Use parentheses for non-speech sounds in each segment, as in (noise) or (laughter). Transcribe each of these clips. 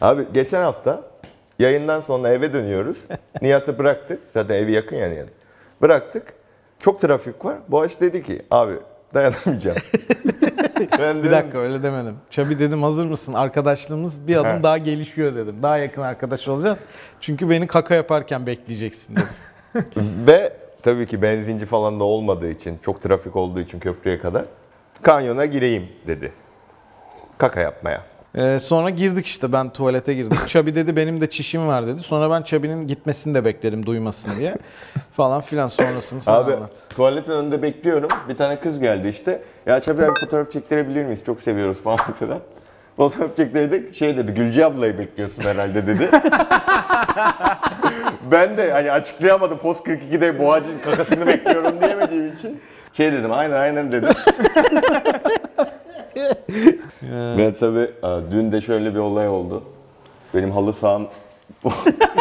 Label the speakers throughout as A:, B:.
A: Abi geçen hafta yayından sonra eve
B: (laughs)
A: dönüyoruz. Nihat'ı bıraktık. Zaten evi yakın yani. yani. Bıraktık. Çok trafik var. Boğaç dedi ki abi
B: (laughs)
A: dayanamayacağım. ben
B: Bir
A: dedim,
B: dakika öyle demedim. Çabi dedim hazır mısın? Arkadaşlığımız bir adım
A: He.
B: daha gelişiyor dedim. Daha yakın arkadaş olacağız. Çünkü beni kaka yaparken bekleyeceksin
A: (laughs)
B: dedim.
A: Ve tabii ki benzinci falan da olmadığı için, çok trafik olduğu için köprüye kadar kanyona gireyim dedi. Kaka yapmaya.
B: Ee, sonra girdik işte ben
A: (laughs)
B: tuvalete girdim. Çabi dedi benim de çişim var dedi. Sonra ben Çabi'nin gitmesini de bekledim duymasın
A: (laughs)
B: diye. Falan filan sonrasını sana
A: abi
B: anlat.
A: tuvaletin önünde bekliyorum. Bir tane kız geldi işte. Ya Çabi abi fotoğraf çektirebilir miyiz? Çok seviyoruz falan (laughs) filan. Fotoğraf çektirdik. Şey dedi Gülce ablayı bekliyorsun herhalde dedi. (laughs) ben de hani açıklayamadım. Post 42'de boğacın kakasını bekliyorum diyemediğim için. Şey dedim aynen aynen dedim. Ve tabii e, dün de şöyle bir olay oldu. Benim halı saham... (laughs)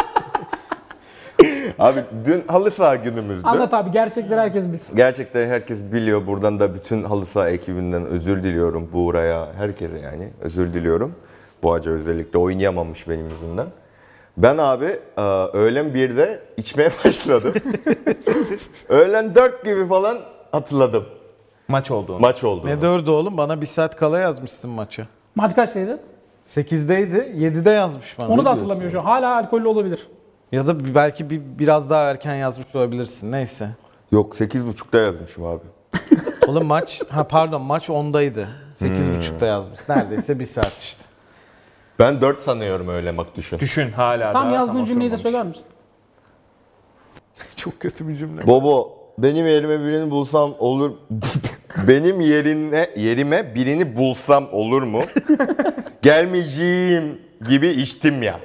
A: Abi dün halı saha günümüzdü.
C: Anlat abi gerçekleri herkes bilsin.
A: Gerçekten herkes biliyor. Buradan da bütün halı saha ekibinden özür diliyorum. Buğra'ya, herkese yani özür diliyorum. Boğaca özellikle oynayamamış benim yüzümden. Ben abi e, öğlen 1'de içmeye (laughs) başladım. öğlen 4 gibi falan hatırladım.
D: Maç oldu.
A: Maç oldu.
B: Ne dördü oğlum bana bir saat kala yazmışsın maça.
C: Maç kaçtaydı?
B: 8'deydi 7'de yazmış bana.
C: Onu da hatırlamıyor şu an. Hala alkollü olabilir.
B: Ya da bir- belki bir, biraz daha erken yazmış olabilirsin neyse.
A: Yok 8.30'da yazmışım abi.
B: Oğlum maç, ha pardon maç 10'daydı. 8.30'da yazmış. Neredeyse bir saat
D: (laughs)
B: işte.
A: Ben 4 sanıyorum öyle bak düşün.
D: Düşün hala
C: Tam
D: daha,
C: yazdığın cümleyi de
D: oturmamış.
C: söyler misin?
B: Çok kötü bir cümle.
A: Bobo benim yerime birini bulsam olur (laughs) benim yerine yerime birini bulsam olur
B: (laughs)
A: mu? Gelmeyeceğim gibi içtim ya.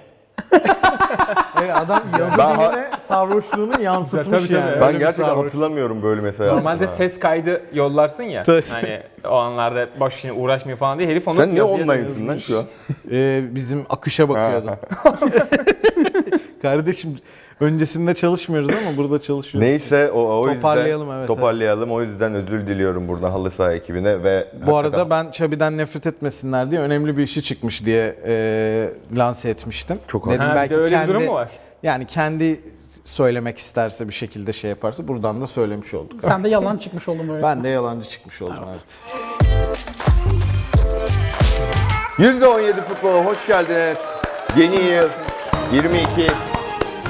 B: adam yazı
A: Daha-
B: diline sarhoşluğunu yansıtmış
D: Tabii, tabii.
B: yani.
D: Ben
B: Öyle
A: Ben
B: bir
A: gerçekten
B: sarhoş.
A: hatırlamıyorum böyle mesela.
D: Normalde ses kaydı yollarsın ya.
B: Tabii.
D: Hani o anlarda boş işine uğraşmıyor falan diye herif onu
A: Sen ne
D: yazıya
A: online'sın lan
D: dönüştürmüş.
A: şu an?
B: Ee, bizim akışa bakıyordum. Kardeşim öncesinde çalışmıyoruz ama burada çalışıyoruz.
A: Neyse o, o yüzden
B: Toparlayalım, evet,
A: toparlayalım. O yüzden özür diliyorum buradan halı saha ekibine ve
B: Bu
A: hakikaten-
B: arada ben Çabi'den nefret etmesinler diye önemli bir işi çıkmış diye e, lanse etmiştim.
A: Çok
B: Dedim
A: haklı.
D: Ha, bir de öyle bir durum mu var?
B: Yani kendi söylemek isterse bir şekilde şey yaparsa buradan da söylemiş olduk.
C: Sen de yalan çıkmış oldun böyle.
B: Ben de yalancı çıkmış oldum artık.
A: %17 futbola hoş geldiniz. Yeni yıl 22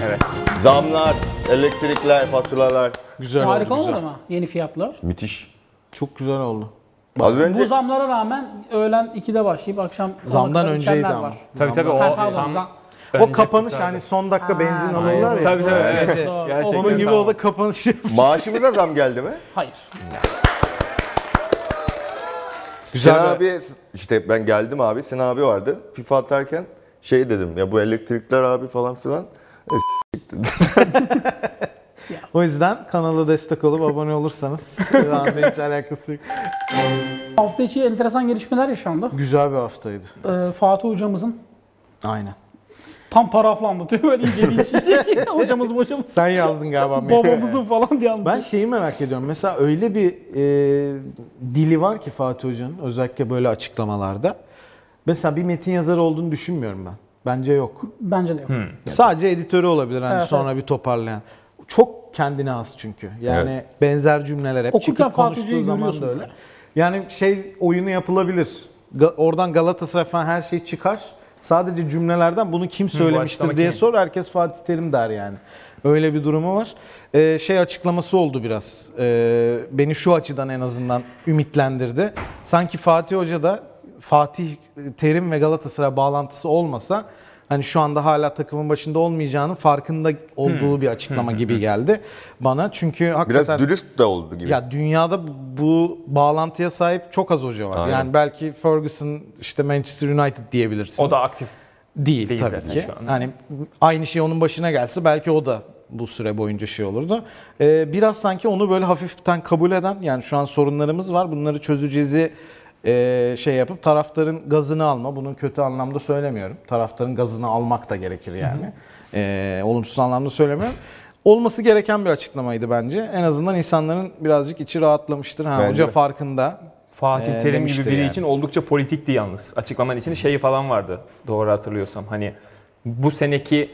D: Evet.
A: zamlar, elektrikler, faturalar
B: Güzel
C: Harika
B: oldu.
C: olmadı
B: Güzel.
C: mı? Yeni fiyatlar.
A: müthiş.
B: Çok güzel oldu.
A: Az önce
C: Bu zamlara rağmen öğlen 2'de başlayıp akşam 10'a
B: Zamdan
C: kadar
B: önceydi
C: içenler
B: ama.
C: var.
D: Tabii tabii o
C: Ha, pardon,
D: tam
C: zam-
B: O kapanış hani son dakika benzin alırlar ya.
D: Tabii tabii. evet.
C: Doğru.
D: Gerçekten
B: Onun gibi
D: tamam.
B: o da kapanış.
A: maaşımıza zam geldi mi?
C: Hayır.
A: Sinan
B: Güzel bir-
A: abi işte ben geldim abi Sinan abi vardı. FIFA atarken şey dedim ya bu elektrikler abi falan filan.
B: O yüzden kanala destek olup abone (laughs) olursanız Randa hiç alakası yok.
C: Hafta içi enteresan gelişmeler yaşandı.
B: Güzel bir haftaydı.
C: Ee, Fatih hocamızın
B: Aynen.
C: tam taraflı (laughs) anlatıyor böyle ince bir şey. (laughs) hocamız hocamız
B: Sen yazdın galiba.
C: (laughs)
B: maili.
C: babamızın falan diye anlatıyor.
B: (laughs) Ben şeyi merak ediyorum. Mesela öyle bir e, dili var ki Fatih Hoca'nın özellikle böyle açıklamalarda. Mesela bir metin yazarı olduğunu düşünmüyorum ben. Bence yok.
C: Bence de yok.
B: Sadece editörü olabilir hani
C: Evet,
B: sonra
C: evet.
B: bir toparlayan. Çok kendine az çünkü. Yani benzer cümleler hep
C: Okurken
B: çıkıp
C: Fatih
B: konuştuğu
C: Hoca'yı
B: zaman da
C: görüyorsun.
B: öyle. Yani şey oyunu yapılabilir. Ga- oradan Galatasaray falan her şey çıkar. Sadece cümlelerden bunu kim söylemiştir
D: açıklama
B: diye
D: kim?
B: sor. Herkes Fatih Terim der yani. Öyle bir durumu var. Ee, şey açıklaması oldu biraz. Ee, beni şu açıdan en azından ümitlendirdi. Sanki Fatih Hoca da Fatih Terim ve Galatasaray bağlantısı olmasa hani şu anda hala takımın başında olmayacağının farkında olduğu bir açıklama gibi geldi bana. Çünkü
A: Hmm. Biraz
B: hakikaten
A: dürüst de oldu gibi.
B: ya dünyada bu bağlantıya sahip çok az hoca var.
A: Aynen.
B: Yani belki Ferguson işte Manchester United diyebilirsin.
D: O da aktif.
B: Değil,
D: Değil
B: tabii
D: zaten
B: ki.
D: şu an.
B: Hani aynı şey onun başına gelse belki o da bu süre boyunca şey olurdu. Ee, biraz sanki onu böyle hafiften kabul eden yani şu an sorunlarımız var bunları çözeceğizi e, şey yapıp taraftarın gazını alma. Bunu kötü anlamda söylemiyorum. Taraftarın gazını almak da gerekir yani. Ee, olumsuz anlamda söylemiyorum. Olması gereken bir açıklamaydı bence. En azından insanların birazcık içi rahatlamıştır. Ha,
A: Bence
B: hoca
A: de.
B: farkında.
D: Fatih
B: Ee,
D: Terim gibi
B: demiştir
D: biri
B: yani.
D: için oldukça politikti yalnız. Açıklamanın içinde şeyi falan vardı doğru hatırlıyorsam. Hani bu seneki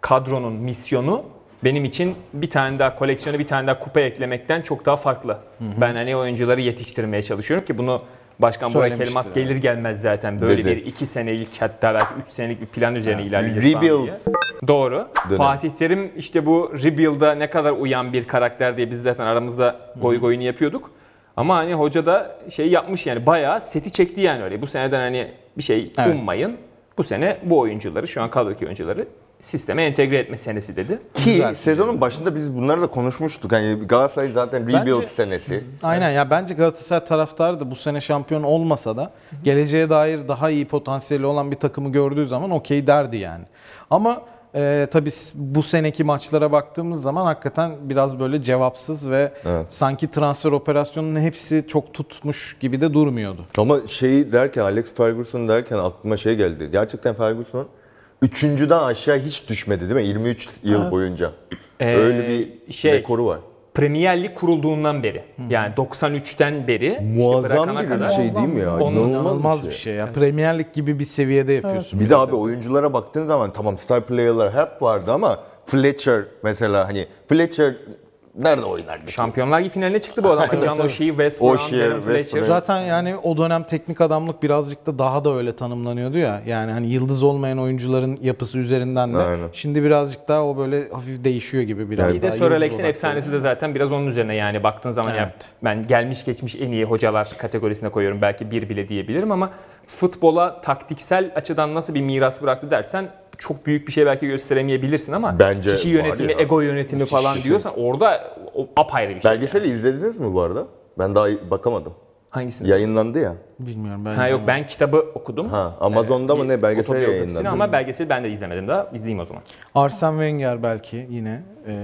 D: kadronun misyonu benim için bir tane daha koleksiyona bir tane daha kupa eklemekten çok daha farklı. Ben hani oyuncuları yetiştirmeye çalışıyorum ki bunu Başkan Burak
B: Söylemiştir
D: Elmas
B: yani.
D: gelir gelmez zaten böyle
A: Dedi.
D: bir iki senelik hatta belki üç senelik bir plan üzerine ilerleyeceğiz falan
A: Rebuild
D: diye. Doğru.
A: dönem.
D: Fatih Terim işte bu Rebuild'a ne kadar uyan bir karakter diye biz zaten aramızda goy goyunu yapıyorduk. Ama hani hoca da şey yapmış yani bayağı seti çekti yani öyle. Bu seneden hani bir şey
B: Evet.
D: ummayın. Bu sene bu oyuncuları şu an kadrodaki oyuncuları sisteme entegre etme senesi dedi.
A: Ki
B: Güzel. şey
A: sezonun başında biz bunları da konuşmuştuk. Yani Galatasaray zaten rebuild
B: Bence-
A: senesi.
B: Aynen ya bence Galatasaray taraftarı da bu sene şampiyon olmasa da geleceğe dair daha iyi potansiyeli olan bir takımı gördüğü zaman okey derdi yani. Ama e, tabii s- bu seneki maçlara baktığımız zaman hakikaten biraz böyle cevapsız ve
A: Evet.
B: sanki transfer operasyonunun hepsi çok tutmuş gibi de durmuyordu.
A: Ama şey derken Alex Ferguson derken aklıma şey geldi. Gerçekten Ferguson üçüncüden aşağı hiç düşmedi değil mi? 23 yıl boyunca.
D: Ee,
A: Öyle bir
D: şey-
A: rekoru var.
D: Premier Lig kurulduğundan beri yani 93'ten beri işte
A: Muazzam
D: bırakana
A: bir
D: kadar
A: şey değil mi ya?
D: Onun
B: İnanılmaz bir şey ya. Premier Lig gibi bir seviyede yapıyorsun.
A: Bir de abi oyunculara baktığın zaman tamam star player'lar hep vardı ama Fletcher mesela hani Fletcher nerede oynardı?
D: Şampiyonlar Ligi finaline çıktı bu adam. Can O'Shea, West Brom,
A: O'Shea,
D: Darren
A: şey, West
D: Fletcher.
A: Brom.
B: Zaten yani o dönem teknik adamlık birazcık da daha da öyle tanımlanıyordu ya. Yani hani yıldız olmayan oyuncuların yapısı üzerinden de.
A: Aynen.
B: Şimdi birazcık daha o böyle hafif değişiyor gibi biraz
A: Evet.
D: Bir
B: daha.
D: de Sir
B: yıldız
D: Alex'in
B: odaklı.
D: efsanesi de zaten biraz onun üzerine yani baktığın zaman ya
B: Evet.
D: ben gelmiş geçmiş en iyi hocalar kategorisine koyuyorum belki bir bile diyebilirim ama futbola taktiksel açıdan nasıl bir miras bıraktı dersen çok büyük bir şey belki gösteremeyebilirsin ama
A: Bence
D: kişi
A: var
D: yönetimi,
A: ya.
D: ego yönetimi falan
A: Kişisel.
D: diyorsan orada o apayrı bir şey.
A: Belgeseli izlediniz mi bu arada? Ben daha bakamadım.
D: Hangisini?
A: Yayınlandı ya.
B: Bilmiyorum ben.
D: Ha yok ben kitabı okudum.
A: Ha Amazon'da mı ne belgesel
D: Otobiyografisini
A: yayınlandı.
D: ama belgeseli ben de izlemedim daha. İzleyeyim o zaman.
B: Arsene Wenger belki yine e,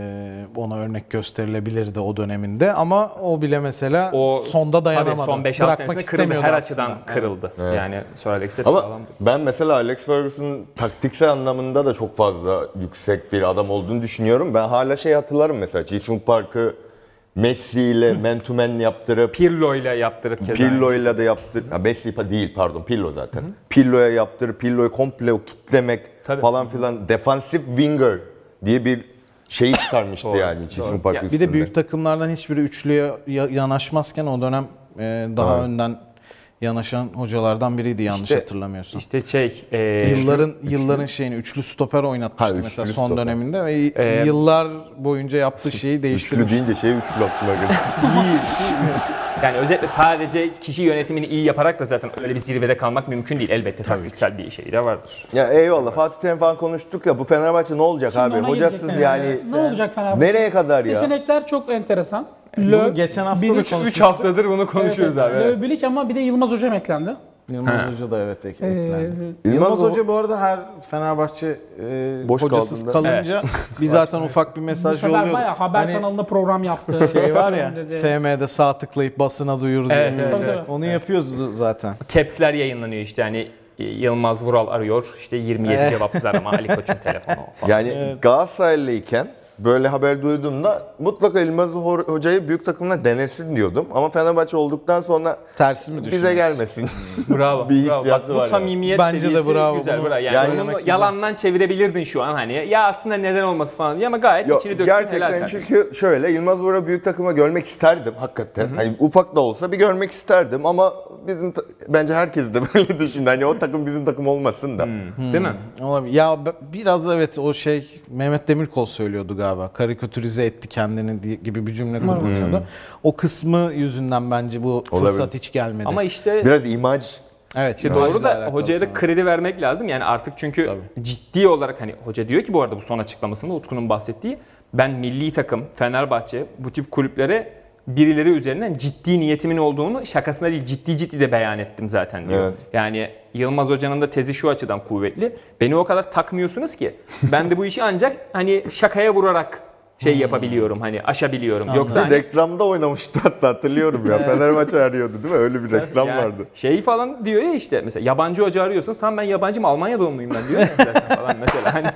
B: ona örnek gösterilebilirdi o döneminde ama o bile mesela
D: O
B: sonda dayanamadı.
D: Tabii son 5-6
B: Bırakmak
D: senesinde kırıldı.
B: istemiyordu
D: Her
B: aslında.
D: açıdan kırıldı. Yani Sir Alex'e
A: Ama
D: sağlam.
A: ben mesela Alex Ferguson'ın taktiksel anlamında da çok fazla yüksek bir adam olduğunu düşünüyorum. Ben hala şey hatırlarım mesela Jason Park'ı Messi ile man to man yaptırıp
D: Pirlo ile yaptırıp keza.
A: Pirlo ile de yaptır. Ya Messi pa- değil pardon Pirlo zaten. Pirlo'ya yaptır, Pirlo'yu komple o kitlemek
D: Tabii.
A: falan filan defansif winger diye bir şey çıkarmıştı yani Jason Park
D: Ya
A: üstünde.
B: Bir de büyük takımlardan hiçbiri üçlüye ya- yanaşmazken o dönem e, daha
A: Evet.
B: önden yanaşan hocalardan biriydi yanlış
D: İşte-
B: hatırlamıyorsam.
D: İşte şey,
A: Ee,
D: e,
B: yılların yılların şeyini üçlü stoper oynatmıştı
A: şey Ha, üçlü
B: mesela son
A: stoper. Ee,
B: döneminde ve yıllar
A: (laughs)
B: boyunca yaptığı şeyi
A: üçlü
B: değiştirmiş.
A: deyince şey üçlü aklıma geldi.
D: yani özetle sadece kişi yönetimini iyi yaparak da zaten öyle bir zirvede kalmak mümkün değil. Elbette taktiksel bir şey de vardır.
A: ya eyvallah Fatih Terim falan konuştuk ya bu Fenerbahçe ne olacak
C: Şimdi
A: abi?
C: ona
A: Hocasız
C: gelecekler
A: yani.
C: Ne olacak Fenerbahçe?
A: Nereye kadar ya?
C: Seçenekler çok enteresan. Löw,
B: geçen hafta da
C: Bilic,
B: konuştuk.
D: 3 haftadır bunu konuşuyoruz
C: evet,
D: abi.
C: evet.
D: evet.
C: Löw, Bilic ama bir de Yılmaz Hocam eklendi.
B: Yılmaz Hoca da evet ek-
C: Ee,
B: eklendi. Yılmaz,
A: Yılmaz
B: Hoca bu arada her Fenerbahçe e,
A: Boş
B: hocasız
A: kaldığında-
B: kalınca (laughs) bir zaten ufak bir
C: bu
B: mesaj
C: sefer
B: yolluyordu.
C: bayağı haber
B: Hani
C: kanalında program yaptı.
B: (laughs) şey var ya
C: Dedi.
B: FM'de sağ tıklayıp basına duyurdu.
D: Evet, evet,
C: Tabii,
D: evet.
C: tabii.
B: Onu yapıyoruz zaten.
D: Caps'ler yayınlanıyor işte hani e, Yılmaz Vural arıyor. İşte 27
A: Eh.
B: Evet.
D: cevapsız arama Ali Koç'un telefonu
A: (laughs)
D: falan.
A: Yani Galatasaraylıyken böyle haber duyduğumda mutlaka Yılmaz Ho- Hoca'yı büyük takımla denesin diyordum. Ama Fenerbahçe olduktan sonra
B: Tersi mi düşünüyorsun?
A: bize gelmesin.
D: Bravo.
A: Bir
D: bravo. Bak
A: hissiyatı
D: bu
A: var yani.
D: samimiyet
B: Bence de
D: seviyesi
B: bravo.
D: güzel.
B: Bunu
D: Bravo. Yani,
A: Yani-
D: onu yalandan çevirebilirdin şu an hani. Ya aslında neden olması falan diye ama gayet
A: Yok,
D: içini döktün helal
A: gerçekten
D: kardeşim.
A: çünkü şöyle Yılmaz Vura büyük takıma görmek isterdim hakikaten. Hani ufak da olsa bir görmek isterdim ama bizim ta- bence herkes de (laughs) böyle düşündü. Hani o takım bizim takım olmasın da.
D: Değil mi?
A: Hmm.
B: Olabilir. Ya b- biraz evet o şey Mehmet Demirkol söylüyordu galiba. Karikatürize etti kendini diye- gibi bir cümle
D: Hmm.
B: kullanıyordu. O kısmı yüzünden bence bu fırsat
A: Olabilir.
B: hiç gelmedi.
D: Ama işte
A: Biraz imaj
B: evet
D: İşte doğru da hocaya da kredi vermek lazım. Yani artık çünkü
B: Tabii.
D: ciddi olarak hani hoca diyor ki bu arada bu son açıklamasında Utku'nun bahsettiği ben milli takım, Fenerbahçe bu tip kulüplere birileri üzerinden ciddi niyetimin olduğunu şakasına değil ciddi ciddi de beyan ettim zaten diyor.
A: Evet.
D: Yani Yılmaz Hoca'nın da tezi şu açıdan kuvvetli. Beni o kadar takmıyorsunuz ki ben de bu işi ancak hani şakaya vurarak şey yapabiliyorum hani aşabiliyorum. Yoksa hani-
A: reklamda oynamıştı hatta hatırlıyorum
D: (laughs)
A: ya. Fenerbahçe arıyordu değil mi? Öyle bir reklam
D: yani
A: vardı.
D: Şey falan diyor ya işte mesela yabancı hoca arıyorsanız tamam ben yabancıyım Almanya doğumluyum ben diyor ya zaten (laughs) falan mesela. Hani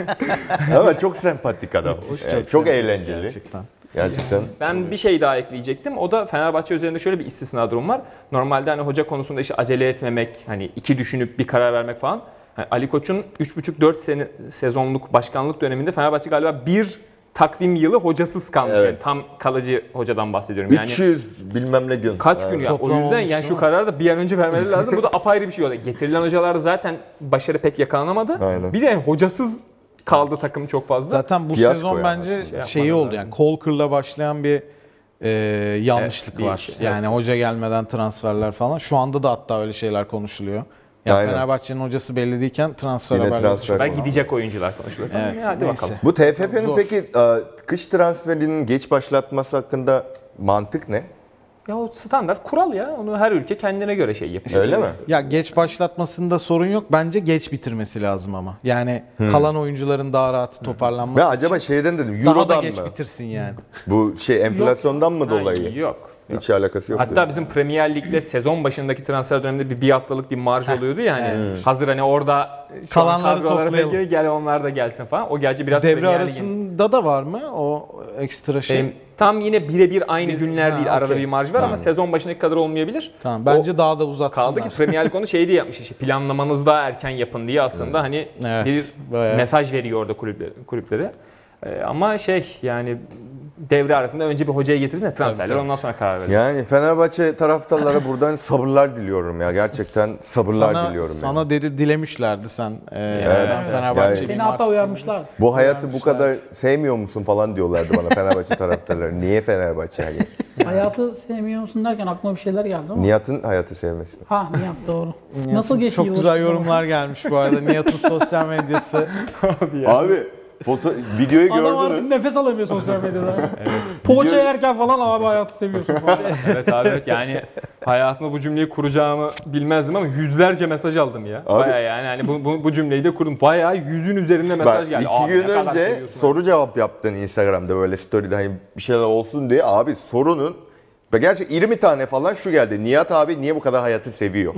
A: Ama çok sempatik adam. Yani çok eğlenceli.
B: Gerçekten.
A: Gerçekten.
D: Ben bir şey daha ekleyecektim. O da Fenerbahçe üzerinde şöyle bir istisna durum var. Normalde hani hoca konusunda işi acele etmemek, hani iki düşünüp bir karar vermek falan. Hani Ali Koç'un 3,5-4 sene, sezonluk başkanlık döneminde Fenerbahçe galiba bir takvim yılı hocasız kalmış.
A: Evet.
D: Yani tam kalıcı hocadan bahsediyorum. Yani
A: 300 bilmem ne gün.
D: kaç gün ya? O
B: Toplam
D: yüzden
B: olmuş,
D: yani
B: değil
D: şu
B: mi?
D: kararı da bir an önce
B: (laughs)
D: vermeleri lazım. Bu da apayrı bir şey oldu. Getirilen hocalar da zaten başarı pek yakalanamadı.
A: Aynen.
D: Bir de yani hocasız kaldı takım çok fazla.
B: Zaten bu
A: Fiyasko yani
B: sezon bence
D: aslında.
B: şeyi oldu yani Colker'la başlayan bir e, yanlışlık
D: Evet, bir
B: var.
D: şey, evet.
B: yani hoca gelmeden transferler falan. Şu anda da hatta öyle şeyler konuşuluyor. Ya
A: Aynen.
B: Fenerbahçe'nin hocası belli değilken transfer
A: Yine
B: haberleri
A: transfer.
D: Ben gidecek oyuncular konuşuluyor falan.
B: Evet,
D: Ya Hadi
B: neyse.
D: bakalım.
A: Bu TFF'nin
B: Zor.
A: peki e, kış transferinin geç başlatması hakkında mantık ne?
D: Ya o standart kural ya. Onu her ülke kendine göre şey yapıyor.
A: Öyle mi?
B: Ya geç başlatmasında sorun yok. Bence geç bitirmesi lazım ama. Yani kalan oyuncuların daha rahat toparlanması.
A: Ben acaba şeyden dedim,
B: daha da
A: Euro'dan
B: geç
A: mı?
B: bitirsin yani.
A: Bu şey enflasyondan mı dolayı?
D: Yok.
A: Hiç alakası yok.
D: Hatta bizim Premier Lig'le sezon başındaki transfer döneminde bir, bir haftalık bir marj oluyordu yani. Hazır hani orada şu an
B: Kalanları
D: kadrolara
B: toplayalım.
D: pek gir, gel onlar da gelsin falan. O gerçi biraz
B: Devre
D: Premier Lig'in-
B: arasında da var mı o ekstra şey?
D: Benim- tam yine birebir aynı günler
B: Ha,
D: değil. Arada
B: okey.
D: bir marj var ama sezon başındaki kadar olmayabilir.
B: tamam. Bence
D: O-
B: daha da uzatsınlar.
D: Kaldı ki Premier Lig onu şey diye yapmış işte planlamanız daha erken yapın diye aslında hani
B: Evet,
D: bir
B: bayağı.
D: mesaj veriyor orada kulüplere. kulüplere. Ee, ama şey yani devre arasında önce bir hocaya getirirsin de transferler
B: tabii.
D: ondan sonra karar verir.
A: Yani Fenerbahçe taraftarlara buradan sabırlar diliyorum ya. Gerçekten sabırlar
B: sana,
A: diliyorum.
B: sana
A: yani.
B: deli dilemişlerdi sen. Ee, ben
A: Yani-
B: Fenerbahçe'yim
C: Seni
B: artık.
C: hatta uyarmışlardı.
A: Bu hayatı bu kadar sevmiyor musun falan diyorlardı bana Fenerbahçe taraftarları. Niye Fenerbahçe? Hani Yani
C: Hayatı sevmiyor musun derken aklıma bir şeyler geldi ama.
A: Nihat'ın hayatı sevmesi. mi?
C: Ha Nihat doğru. Nasıl geçti
B: Çok
C: yılbaşı
B: güzel
C: kutlaması?
B: yorumlar gelmiş bu arada. Nihat'ın sosyal medyası.
A: Abi foto videoyu
C: Adam artık
A: gördünüz.
C: nefes alamıyor sosyal medyada.
B: (laughs)
C: Poğaça
A: Biliyorum.
C: yerken falan abi hayatı seviyorsun falan.
D: evet abi evet yani hayatımda bu cümleyi kuracağımı bilmezdim ama yüzlerce mesaj aldım ya.
A: Abi-
D: Bayağı yani hani bu, bu, bu cümleyi de kurdum. Bayağı yüzün üzerinde mesaj
A: Bak,
D: geldi.
A: iki
D: Abi ne
A: gün
D: kadar
A: önce
D: seviyorsun
A: soru cevap yaptın Instagram'da böyle story'de hani bir şeyler olsun diye. Abi sorunun ve gerçi 20 tane falan şu geldi. Nihat abi niye bu kadar hayatı seviyor?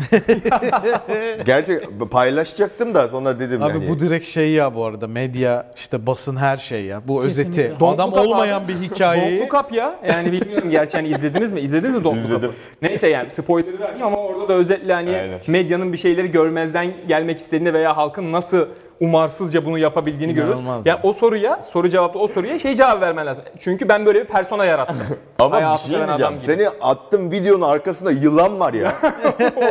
A: Gerçi paylaşacaktım da sonra dedim
B: Abi
A: yani.
B: bu direkt şey ya bu arada. Medya işte basın her şey ya. Bu özeti.
C: Kesinlikle.
B: Adam
D: Donlu kapağı.
B: olmayan bir hikayeyi.
D: Donklu kap ya. Yani bilmiyorum gerçi hani izlediniz mi? İzlediniz mi Donklu kapı? Neyse yani spoiler vermeyeyim ama orada da özetle hani
A: Aynen.
D: medyanın bir şeyleri görmezden gelmek istediğini veya halkın nasıl umarsızca bunu yapabildiğini görüyoruz.
B: İnanılmaz.
D: Ya o soruya, soru cevapta o soruya şey cevap vermen lazım. Çünkü ben böyle bir persona yarattım.
A: Ama bir
D: Hayatı
A: şey
D: seven adam
A: diyeceğim.
D: gibi.
A: Seni attım videonun arkasında yılan var
D: (laughs)
A: ya.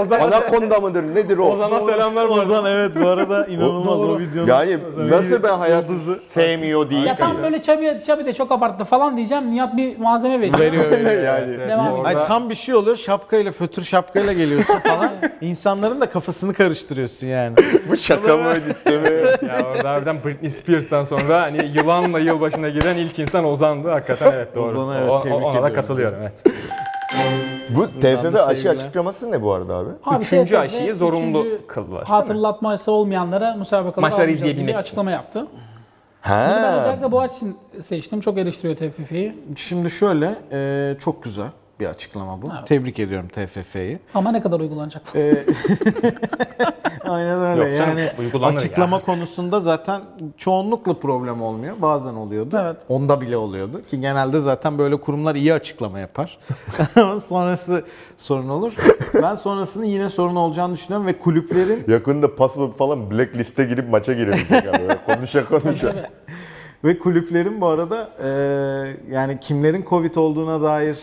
D: Ozan,
A: Anakonda mıdır nedir o?
D: Ozan'a
B: (laughs)
D: selamlar bu arada.
B: Ozan evet bu arada inanılmaz o,
C: Doğru.
B: videonun.
A: Yani nasıl ben hayatı sevmiyor değil.
C: ya tam böyle Çabi, Çabi de çok abarttı falan diyeceğim. Nihat bir malzeme veriyor.
A: (laughs)
B: Veriyor veriyor.
A: yani.
D: Evet,
C: Devam
D: orada-
B: Ay, tam bir şey oluyor şapkayla fötür şapkayla geliyorsun falan. İnsanların da kafasını karıştırıyorsun yani.
A: Bu şaka mı ciddi mi?
D: Ya orada harbiden Britney Spears'tan sonra hani yılanla yılbaşına giren ilk insan Ozan'dı. Hakikaten evet doğru.
B: Ozan'a evet,
D: O- o-
B: tebrik
D: ona da
B: ediyoruz.
D: katılıyorum evet.
A: Bu TFF
B: da
A: aşı
B: sevgiler.
A: açıklaması ne bu arada abi?
B: (laughs)
C: Abi
D: Üçüncü
C: TFF
D: aşıyı zorunlu
C: üçüncü
D: kıldılar. değil mi?
C: Hatırlatması olmayanlara müsabakaları
D: Maçları
C: almayacak gibi
D: izleyebilmek için.
C: açıklama yaptı. Ben
A: Ha.
C: özellikle bu aç için seçtim. Çok eleştiriyor TFF'yi.
B: Şimdi şöyle e, çok güzel bir açıklama bu.
C: Evet.
B: Tebrik ediyorum TFF'yi.
C: Ama ne kadar uygulanacak?
B: Aynen öyle.
D: Yok canım,
B: yani
D: uygulanır
B: açıklama
D: ya.
B: konusunda zaten çoğunlukla problem olmuyor. Bazen oluyordu.
C: Evet.
B: Onda bile oluyordu ki genelde zaten böyle kurumlar iyi açıklama yapar. Ama sonrası sorun olur. Ben sonrasının yine sorun olacağını düşünüyorum ve kulüplerin
A: Yakında pas alıp falan blackliste girip maça girebilecek abi.
D: (laughs)
A: Böyle Konuşa konuşa.
B: ve kulüplerin bu arada e, yani kimlerin covid olduğuna dair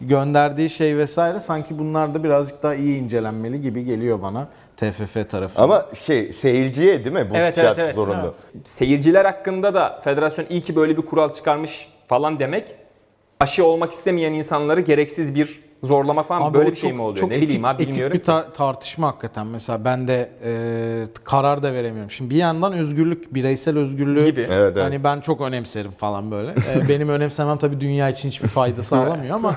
B: gönderdiği şey vesaire sanki bunlar da birazcık daha iyi incelenmeli gibi geliyor bana TFF tarafından.
A: Ama şey seyirciye değil mi bu evet,
D: Evet, evet, evet.
A: zorunlu?
C: Evet.
D: Seyirciler hakkında da federasyon iyi ki böyle bir kural çıkarmış falan demek aşı olmak istemeyen insanları gereksiz bir zorlamak falan
B: Abi
D: böyle
B: o
D: bir şey
B: çok-
D: mi oluyor?
B: çok
D: ne
B: etik,
D: bileyim abi
B: etik
D: bilmiyorum.
B: bir ta- tartışma hakikaten. Mesela ben de e, karar da veremiyorum. Şimdi bir yandan özgürlük, bireysel özgürlüğü
D: Gibi. Evet,
A: evet.
B: hani ben çok önemserim falan böyle. E, benim önemsemem tabii dünya için hiçbir fayda
D: (laughs)
B: sağlamıyor ama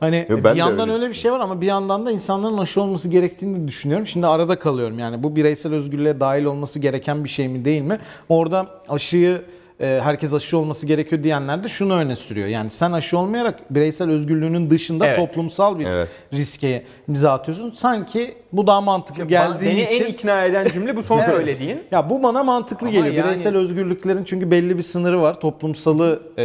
B: hani
A: ben
B: bir
A: de
B: yandan
A: öyle
B: öyle bir şey var ama bir yandan da insanların aşı olması gerektiğini düşünüyorum. Şimdi arada kalıyorum. Yani bu bireysel özgürlüğe dahil olması gereken bir şey mi değil mi? Orada aşıyı e, herkes aşı olması gerekiyor diyenler de şunu öne sürüyor. Yani sen aşı olmayarak bireysel özgürlüğünün dışında
D: Evet.
B: toplumsal bir
A: Evet.
B: riske imza atıyorsun. Sanki bu daha mantıklı geldiği
D: Beni
B: için.
D: en ikna eden
B: (laughs)
D: cümle bu son
B: Evet.
D: söylediğin.
B: Ya bu bana mantıklı
D: Ama
B: geliyor.
D: yani-
B: Bireysel özgürlüklerin çünkü belli bir sınırı var. Toplumsalı e,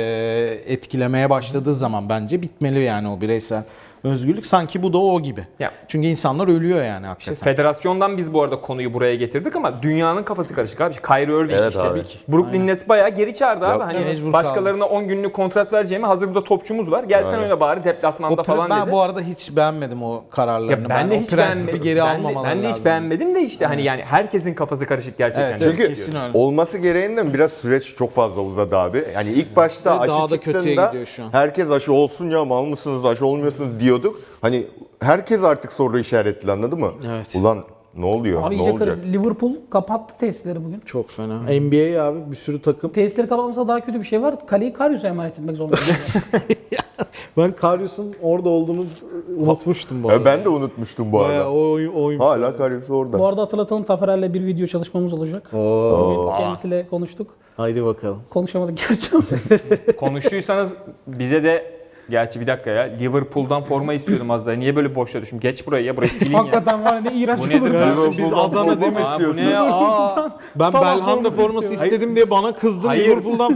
B: etkilemeye başladığı zaman bence bitmeli yani o bireysel özgürlük. Sanki bu da o gibi.
D: Ya.
B: Çünkü insanlar ölüyor yani hakikaten.
D: İşte federasyondan biz bu arada konuyu buraya getirdik ama dünyanın kafası karışık abi. İşte Kyrie Irving
A: Evet
D: işte.
A: abi.
D: Brooklyn Nets bayağı geri çağırdı abi. Hani
B: mecbur
D: başkalarına 10 günlük kontrat vereceğime hazır burada topçumuz var. Gelsen
A: Aynen.
D: oyna bari
B: O
D: deplasmanda
B: pre-
D: falan
B: ben
D: dedi.
B: bu arada hiç beğenmedim o kararlarını.
D: Ya ben, de
B: o
D: hiç
B: prensibi
D: beğenmedim.
B: geri
D: ben, de,
B: almamaları
D: ben de hiç
B: lazım.
D: beğenmedim de işte hani yani herkesin kafası karışık gerçekten.
B: Evet,
A: Çünkü
B: Kesin öyle.
A: olması gereğinden biraz süreç çok fazla uzadı abi. Yani ilk başta
B: Ve
A: aşı
B: daha da kötüye
A: çıktığında
B: gidiyor şu an.
A: herkes aşı olsun ya mal mısınız aşı olmuyorsunuz diyorduk. Hani herkes artık soru işaretli anladın mı?
B: Evet.
A: Ulan ne oluyor?
C: Abi
A: ne
C: iyice
A: olacak?
C: karıştı. Liverpool kapattı tesisleri bugün.
B: Çok fena. NBA abi bir sürü takım.
C: Tesisleri kapatmasa daha kötü bir şey var. Kaleyi Karius'a emanet
A: (laughs)
C: etmek zorunda.
B: Ben Karius'un orada olduğunu unutmuştum bu
A: Ya
B: arada.
A: E, ben de unutmuştum bu
B: Bayağı
A: arada.
B: o oyun, o oyun-
A: Hala Karius orada.
C: Bu arada hatırlatalım Taferel'le bir video çalışmamız olacak.
B: Oo,
C: Bugün kendisiyle konuştuk.
B: haydi bakalım.
C: Konuşamadık
A: (laughs)
C: gerçi ama.
D: Konuştuysanız bize de Gerçi bir dakika ya. Liverpool'dan forma istiyordum az daha. Niye böyle boşa düştüm? Geç buraya ya. Burayı silin ya.
C: Hakikaten var ya, ne iğrenç
D: Bu nedir
C: olur.
D: be?
B: Biz Adana
A: demek
D: Aa, bu ne ya? Aa.
B: Ben
C: Sabah
B: Belhanda
C: forması
B: forması istedim diye bana kızdın.
D: Hayır.
B: Liverpool'dan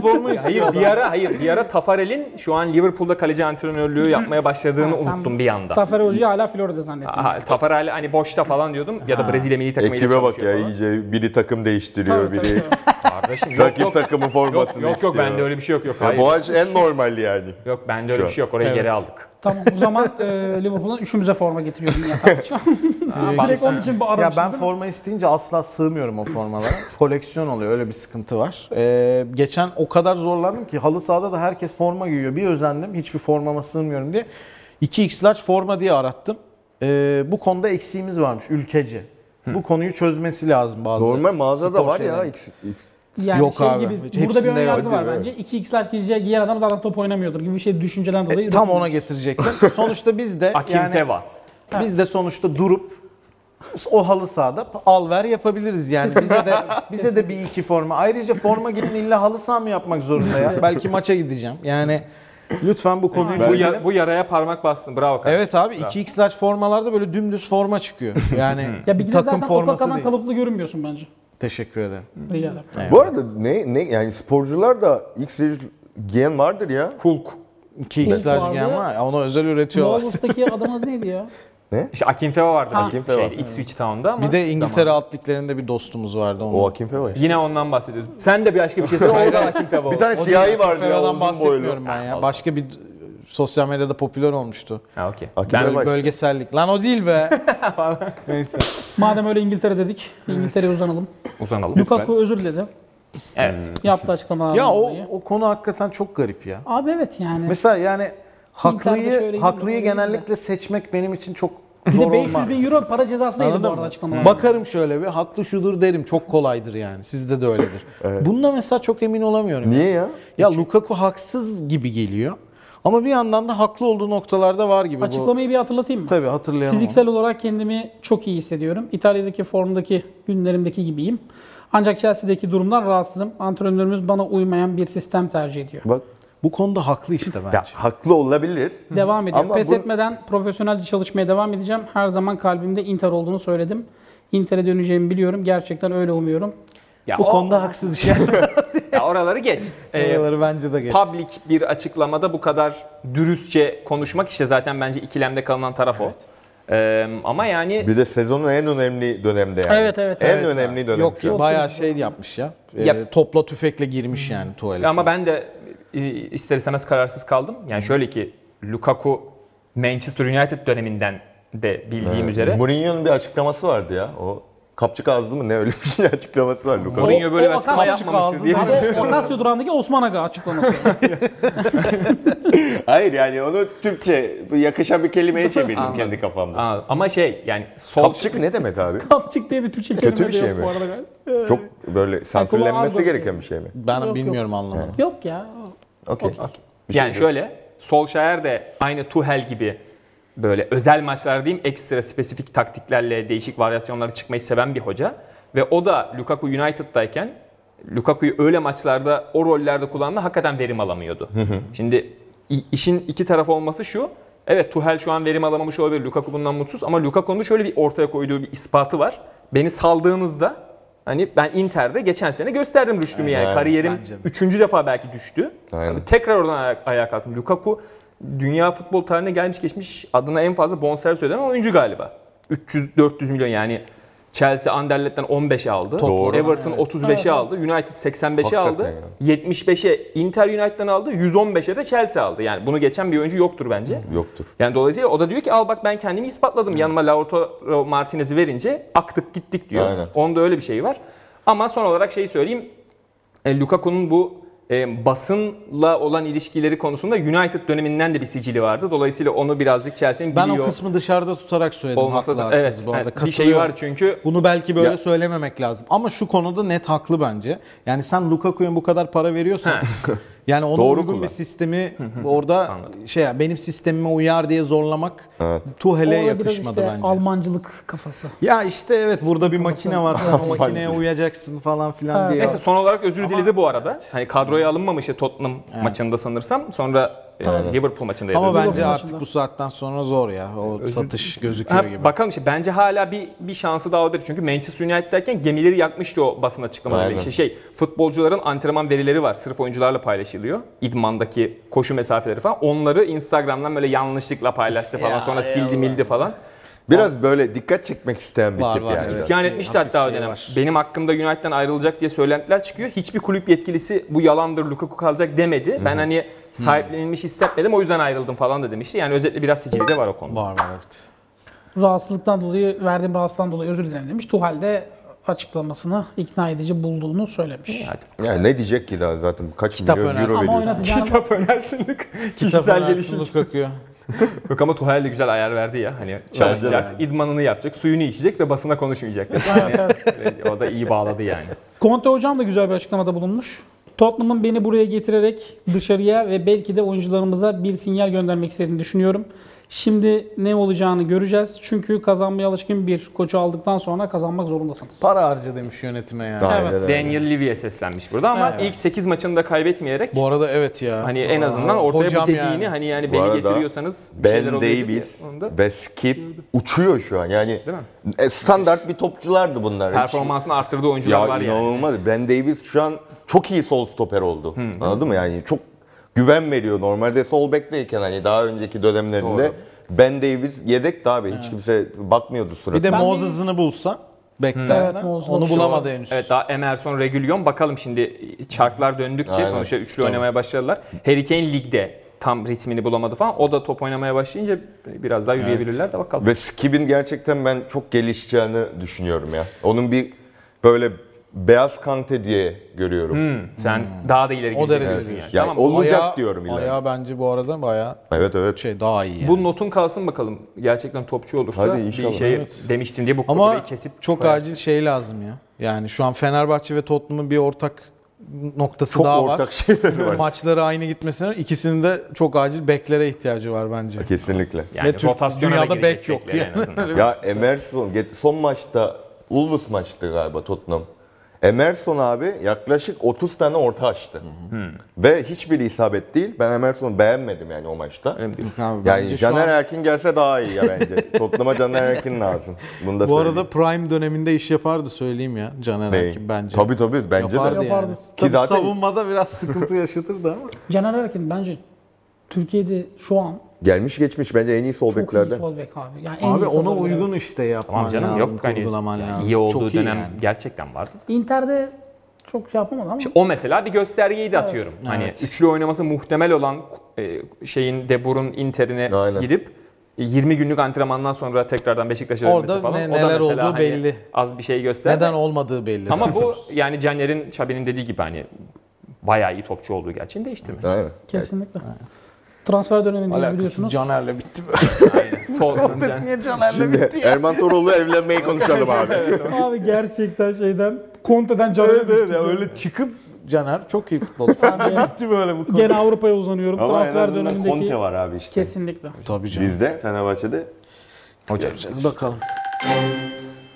A: (laughs)
B: forma
D: Hayır
B: istiyor.
D: bir ara hayır bir ara Tafarel'in şu an Liverpool'da kaleci antrenörlüğü yapmaya başladığını
C: Ha, sen
D: unuttum bir anda.
C: Tafer Hoca'yı hala Florida zannettim.
D: Aha, Tafarel hani boşta falan diyordum ya da Brezilya milli takımıyla
A: Ekibe bak
D: çalışıyor
A: ya
D: falan.
A: iyice biri takım değiştiriyor
C: Tabii, tabii,
A: biri.
C: tabii.
A: (laughs)
D: Kardeşim yok
A: Rakip
D: yok.
A: takımı
D: Yok
A: formasını
D: yok, yok
A: istiyor.
D: bende öyle bir şey yok yok
A: Ya
D: hayır.
A: Boğaç en normal yani.
D: Yok bende öyle
A: Şu
D: bir şey yok orayı geri aldık.
C: Tamam o zaman e, Liverpool'dan üçümüze forma getiriyor
D: (laughs)
C: dünya takipçi. Direkt onun için bu
B: Ya
C: aramıştım.
B: ben forma isteyince asla sığmıyorum o (laughs) formalara. Koleksiyon oluyor öyle bir sıkıntı var. Ee, geçen o kadar zorlandım ki halı sahada da herkes forma giyiyor. Bir özendim hiçbir formama sığmıyorum diye. 2x large forma diye arattım. Ee, bu konuda eksiğimiz varmış ülkece. Bu konuyu çözmesi lazım bazı.
A: Normal mağazada
B: spor
A: var ya.
B: şeyleri.
A: X- X-
C: Yani
B: Yok
C: şey
B: abi,
C: gibi,
B: hiç-
C: burada bir
B: hepsinde
C: ön yargı
B: yok,
C: var
A: değil mi?
C: bence. 2x giyeceği giyen adam zaten top oynamıyordur gibi bir şey düşünceden dolayı.
B: E, Tam ona getirecektim. Sonuçta
A: (laughs)
B: biz de
D: Akim
B: yani
D: Teva.
B: Biz de sonuçta durup o halı sahada al ver yapabiliriz yani.
A: (laughs)
B: Bize de bize de bir iki forma. Ayrıca forma gidin illa halı saha mı yapmak zorunda ya? Belki maça gideceğim. Yani lütfen bu konuyu
D: Bu,
B: çözelim.
D: ya- bu yaraya parmak bastın bravo kardeşim.
B: Evet abi 2x large formalarda böyle dümdüz forma çıkıyor.
A: (laughs)
B: Yani
C: Ya bir
B: bir
C: de
B: takım
C: zaten
B: forması
C: Opaka'dan
B: değil. Hmm.
C: kalıplı görünmüyorsun bence.
B: Teşekkür ederim.
C: Rica ederim.
A: Bu arada ne ne yani sporcular da X giyen vardır ya.
D: Hulk.
B: 2x large
C: vardı.
B: giyen var ya, onu özel üretiyorlar.
C: Lovers'taki
B: (laughs)
C: adamın adı neydi ya?
D: İşte Akin Teva vardı.
C: Ha.
D: Akin
A: Akin
D: Teva.
A: Teva.
D: Şeyde, Ipswich Town'da ama.
B: Bir de İngiltere
D: zamanında.
B: alt liglerinde bir dostumuz vardı. Onun.
A: O Hakim Feva.
D: Yine ondan bahsediyoruz. Sen de bir başka bir şey söyle. Orada Akin Teva
A: Bir
D: oldu.
A: tane
B: O
A: siyahi
B: değil,
A: vardı ya
B: Feva'dan
A: uzun boylu.
B: bahsetmiyorum ben ya. Başka bir sosyal medyada popüler olmuştu.
D: Ha okey.
A: Akin
D: Ben
A: Teva.
B: Böl-
A: Başka.
B: bölgesellik. Lan o değil
C: (laughs)
B: be. Neyse.
C: Madem öyle İngiltere dedik, İngiltere'ye uzanalım.
D: uzanalım.
C: Lukaku özür diledi.
D: Evet.
C: Yaptı açıklamalar.
B: Ya o, o konu hakikaten çok garip ya.
C: Abi evet yani.
B: Mesela yani
C: şöyle
B: haklıyı
C: gibi,
B: haklıyı
C: böyle gibi.
B: genellikle seçmek benim için çok
C: bir
B: zor
C: de 500
B: olmaz.
C: bin euro para cezası değil bu
B: Anladın
C: arada
B: mı? Hmm.
C: açıklamalar.
B: Bakarım şöyle bir haklı şudur derim. Çok kolaydır yani. Sizde
A: (laughs)
B: de öyledir. Bunda mesela çok emin olamıyorum.
A: Niye ya?
B: Ya Lukaku haksız gibi geliyor. Ama bir yandan da haklı olduğu noktalarda var gibi
C: Açıklamayı bir hatırlatayım
B: bu.
C: mı?
B: Tabii hatırlayalım. onu.
C: Fiziksel olarak kendimi çok iyi hissediyorum. İtalya'daki formdaki günlerimdeki gibiyim. Ancak Chelsea'deki durumdan rahatsızım. Antrenörümüz bana uymayan bir sistem tercih ediyor.
A: Bak
B: Bu konuda haklı işte bence.
A: ya haklı olabilir.
C: Devam ediyor.
A: Ama
C: Pes
A: bu-
C: etmeden profesyonelce çalışmaya devam edeceğim. Her zaman kalbimde Inter olduğunu söyledim. Inter'e döneceğimi biliyorum. Gerçekten öyle umuyorum.
D: Ya,
B: bu
D: o-
B: konuda
A: (laughs)
B: haksız işte.
D: ya oraları geç. Ee,
B: Oraları bence de geç.
D: public bir açıklamada bu kadar dürüstçe konuşmak işte zaten bence ikilemde kalınan taraf o. Ee, ama yani
A: Bir de sezonun en önemli dönemde yani.
C: Evet, evet,
A: En
C: evet
A: önemli dönem.
B: Yok
A: şu an.
B: ya bayağı şey yapmış ya. Ee,
D: Yap.
B: topla tüfekle girmiş yani tuvalete.
D: ama ben de e, ister istemez kararsız kaldım. Yani şöyle ki Lukaku Manchester United döneminden de bildiğim üzere
A: Mourinho'nun bir açıklaması vardı ya. O kapçık ağızlı mı ne öyle bir şey (laughs) açıklaması var Lukaku.
D: Mourinho böyle
C: O-
D: bir
C: o
D: açıklama
C: Akasya
D: yapmamıştır diye.
C: Abi o Akasya durağındaki Osman Aga açıklaması.
A: Hayır yani onu Türkçe yakışan bir kelimeye çevirdim kendi kafamda.
D: Aa, ama şey yani sol
A: Kapçık ne demek abi?
C: Kapçık diye bir Türkçe kelime
A: Kötü bir
C: de yok
A: şey mi?
C: bu arada galiba.
A: Çok böyle sansürlenmesi gereken bir şey mi?
B: ben
C: Yok, yok.
B: bilmiyorum anlamadım.
C: Yok ya.
A: Okey. Bir şey
D: yani
A: yok.
D: şöyle Solskjaer de aynı Tuchel gibi böyle özel maçlar diyeyim ekstra spesifik taktiklerle değişik varyasyonlara çıkmayı seven bir hoca ve o da Lukaku United'dayken Lukaku'yu öyle maçlarda o rollerde kullandı hakikaten verim alamıyordu. Şimdi i- işin iki tarafı olması şu. Evet Tuchel şu an verim alamamış olabilir. Lukaku bundan mutsuz ama Lukaku'nun da şöyle bir ortaya koyduğu bir ispatı var. Beni saldığınızda hani ben Inter'de geçen sene gösterdim rüştümü yani.
A: Aynen,
D: Kariyerim
B: bence de.
D: üçüncü defa belki düştü.
A: Aynen.
D: Tabii tekrar oradan aya- ayağa kalktım. Lukaku dünya futbol tarihine gelmiş geçmiş adına en fazla bonservis ödenen oyuncu galiba. 300-400 milyon yani Chelsea Anderlet'ten 15'e aldı.
A: Doğru.
D: Everton 35'e
C: Evet, evet.
D: aldı. United 85'e
A: Hakikaten
D: aldı. 75'e Inter United'dan aldı. 115'e de Chelsea aldı. Yani bunu geçen bir oyuncu yoktur bence.
A: Yoktur.
D: Yani dolayısıyla o da diyor ki al bak ben kendimi ispatladım. Yanıma Lautaro Martinez'i verince aktık gittik diyor.
A: Aynen.
D: Onda öyle bir şey var. Ama son olarak şeyi söyleyeyim. E, Lukaku'nun bu e, basınla olan ilişkileri konusunda United döneminden de bir sicili vardı. Dolayısıyla onu birazcık Chelsea'nin
B: Ben
D: biliyor
B: o kısmı dışarıda tutarak söyledim.
D: olması
B: haklı, haksız
D: evet.
B: bu arada.
D: yani bir şey var
B: Katılıyorum.
D: çünkü
B: Bunu belki böyle
D: Ya-
B: söylememek lazım. Ama şu konuda net haklı bence. Yani sen Lukaku'ya bu kadar para veriyorsan (laughs) yani onun
A: Doğru
B: uygun
A: kullan.
B: bir sistemi orada şey ya, benim sistemime uyar diye zorlamak
A: Evet.
B: Tuhel'e
C: Orada biraz
B: yakışmadı
C: işte
B: bence.
C: Almancılık kafası.
B: ya işte evet burada bir makine (laughs) var. Sen o
A: Almancı.
B: makineye uyacaksın falan filan
C: Evet.
B: diye.
D: Neyse son olarak özür diledi bu arada. Hani kadroya alınmamıştı Tottenham maçında sanırsam. Sonra e, Liverpool maçında
B: Ama
D: yazıldı.
B: bence
C: Liverpool
B: artık bu saatten sonra zor ya. O satış gözüküyor
D: Ha,
B: gibi.
D: bakalım işte bence hala bir bir şansı daha olabilir. Çünkü Manchester United'dayken gemileri yakmıştı o basın açıklamaları.
A: Aynen.
D: İşte şey futbolcuların antrenman verileri var. Sırf oyuncularla paylaşılıyor. İdmandaki koşu mesafeleri falan. Onları Instagram'dan böyle yanlışlıkla paylaştı falan.
B: Ya,
D: Sonra sildi
B: eyvallah.
D: mildi falan.
A: Biraz böyle dikkat çekmek isteyen bir
B: Var,
A: tip
B: var,
A: yani.
B: evet.
D: İsyan
B: bir
D: etmişti
B: hafif
D: hatta o
B: şey
D: dönem.
B: var.
D: Benim hakkımda United'dan ayrılacak diye söylentiler çıkıyor. Hiçbir kulüp yetkilisi bu yalandır Lukaku kalacak demedi. Ben hani sahiplenilmiş hissetmedim o yüzden ayrıldım falan da demişti. Yani özetle biraz sicili de var o konuda.
B: Var var evet.
C: Rahatsızlıktan dolayı, verdiğim rahatsızlıktan dolayı özür dilerim demiş. Tuhal de açıklamasını ikna edici bulduğunu söylemiş.
A: Ya ne diyecek ki daha zaten kaç
B: Kitap
A: milyon
B: önerisi.
A: euro
C: Ama
A: veriyorsun.
C: oynatacağını
D: (laughs) Kitap önersinlik, kişisel
B: Kitap
D: gelişim.
B: Ersun Lukaku'ya.
D: Yok ama Tuhal de güzel ayar verdi ya. Hani çalışacak, idmanını yapacak, suyunu içecek ve
B: (laughs)
D: basına konuşmayacak. dedi.
C: evet,
D: Yani o da iyi bağladı yani.
C: Conte hocam da güzel bir açıklamada bulunmuş. Tottenham'ın beni buraya getirerek dışarıya ve belki de oyuncularımıza bir sinyal göndermek istediğini düşünüyorum. Şimdi ne olacağını göreceğiz. Çünkü kazanmaya alışkın bir koçu aldıktan sonra kazanmak zorundasınız.
B: Para harca demiş yönetime yani.
A: Aynen
C: Evet.
A: öyle.
D: Daniel Levy'ye seslenmiş burada ama ilk 8 maçını da kaybetmeyerek
B: Bu arada evet ya.
D: hani en azından
B: Aa,
D: ortaya
B: hocam
D: bu dediğini
B: yani.
D: hani yani
A: Bu
D: beni
A: arada
D: getiriyorsanız bir şeyler
A: Ben
D: oluyor dedi
A: Davis
D: ya. Onu da-
A: ve Skip uçuyor şu an yani.
D: Değil mi?
A: e, Standart bir topçulardı bunlar.
D: performansını arttırdığı oyuncular
A: ya
D: var yani.
A: inanılmaz. Ben Davis şu an çok iyi sol stoper oldu. Anladın mı? Yani çok güven veriyor. Normalde sol bekteyken hani daha önceki dönemlerinde
D: Doğru.
A: Ben Davis yedek de abi. Hiç kimse bakmıyordu suratına.
B: Bir de
C: Ben
B: Moses'ını bulsa beklerden.
C: Evet, Moses.
B: onu bulamadı henüz.
D: Evet daha Emerson, Regulion bakalım şimdi çarklar döndükçe
A: Aynen.
D: sonuçta üçlü oynamaya başladılar. Harry Kane ligde tam ritmini bulamadı falan. O da top oynamaya başlayınca biraz daha yürüyebilirler de bakalım.
A: Ve Skip'in gerçekten ben çok gelişeceğini düşünüyorum ya. Onun bir böyle beyaz kante diye görüyorum.
D: Hmm. Sen daha da ileri
B: Hmm. O
D: gidecek
B: derece
D: diyorsun
B: diyorsun.
A: Ya
D: Tamam.
A: olacak
B: Bayağı-
A: diyorum ileride.
B: Bayağı bence bu arada bayağı
A: Evet evet.
B: şey daha iyi yani.
D: Bu notun kalsın bakalım. Gerçekten topçu olursa
A: Hadi
D: bir
A: inşallah.
D: şey
B: Evet.
D: demiştim diye bu
B: Ama
D: burayı kesip
B: çok
D: koyarız.
B: acil şey lazım ya. Yani şu an Fenerbahçe ve Tottenham'ın bir ortak noktası
A: Çok
B: daha
A: ortak
B: var.
A: şeyleri var.
B: Maçları aynı gitmesine ikisinin de çok acil beklere ihtiyacı var bence.
A: Kesinlikle.
D: yani
B: Ve Türk-
D: rotasyona da
B: dünyada
D: girecek
B: bek yok
D: bekleri
B: yani.
D: en azından.
A: Ya Emerson geç- son maçta Wolves maçtı galiba Tottenham. Emerson abi yaklaşık 30 tane orta açtı. Ve hiçbiri isabet değil. Ben Emerson'u beğenmedim yani o maçta.
D: Öyle mi diyorsun?
B: Abi
A: Yani
B: bence şu an-
A: Caner Erkin gelse daha iyi ya
B: (laughs)
A: bence. Tottenham'a Caner Erkin lazım. Bunu da
B: bu
A: söyleyeyim.
B: arada Prime döneminde iş yapardı söyleyeyim ya Caner
A: Ney?
B: Erkin bence.
A: Tabii tabii bence de.
B: yapardı,
C: Yapardı.
B: yani.
C: Ki
B: Tabii
A: zaten-
B: savunmada biraz sıkıntı yaşatır da ama.
C: Caner Erkin bence Türkiye'de şu an
A: Gelmiş geçmiş bence en iyi sol
C: çok iyi
A: beklerden.
C: sol bek abi. Yani en
B: Abi
C: iyi sol
B: ona
C: bek.
B: uygun işte yapman
D: Tamam canım
B: lazım,
D: yok hani
B: kurgulaman
D: yani
B: lazım.
D: iyi olduğu
B: Çok
D: dönem
B: yani.
D: gerçekten vardı.
C: Inter'de çok şey yapamadı ama.
D: O mesela bir göstergeydi atıyorum. Hani
B: Evet.
D: üçlü oynaması muhtemel olan e, şeyin De Boer'un Inter'ine
A: Aynen.
D: gidip e, 20 günlük antrenmandan sonra tekrardan Beşiktaş'a
B: Orada
D: dönmesi falan.
B: ne-
D: o da
B: neler
D: mesela
B: olduğu
D: hani
B: belli.
D: Az bir şey gösterdi.
B: Neden olmadığı belli.
D: Ama bu yani Caner'in, Çabi'nin dediği gibi hani bayağı iyi topçu olduğu gerçeğini değiştirmez. (laughs)
A: Aynen.
C: Kesinlikle. Transfer döneminde
B: alakasız
C: biliyorsunuz.
B: Caner'le bitti mi?
D: Tottenham, Can-
B: Niye Caner'le bitti?
A: Şimdi Erman Toroğlu evlenmeyi konuşalım abi.
C: Abi gerçekten şeyden Conte'den Caner'e
B: Evet evet
C: düştük
B: ya,
C: ya.
B: öyle çıkıp Caner çok iyi futbol falan diye bitti böyle bu konu.
C: Gene Avrupa'ya uzanıyorum.
A: Ama en
C: Transfer
A: azından Conte
C: dönemindeki
A: var abi işte.
C: kesinlikle.
B: Tabii canım.
A: Bizde Fenerbahçe'de
D: Hocam.
B: Biz bakalım.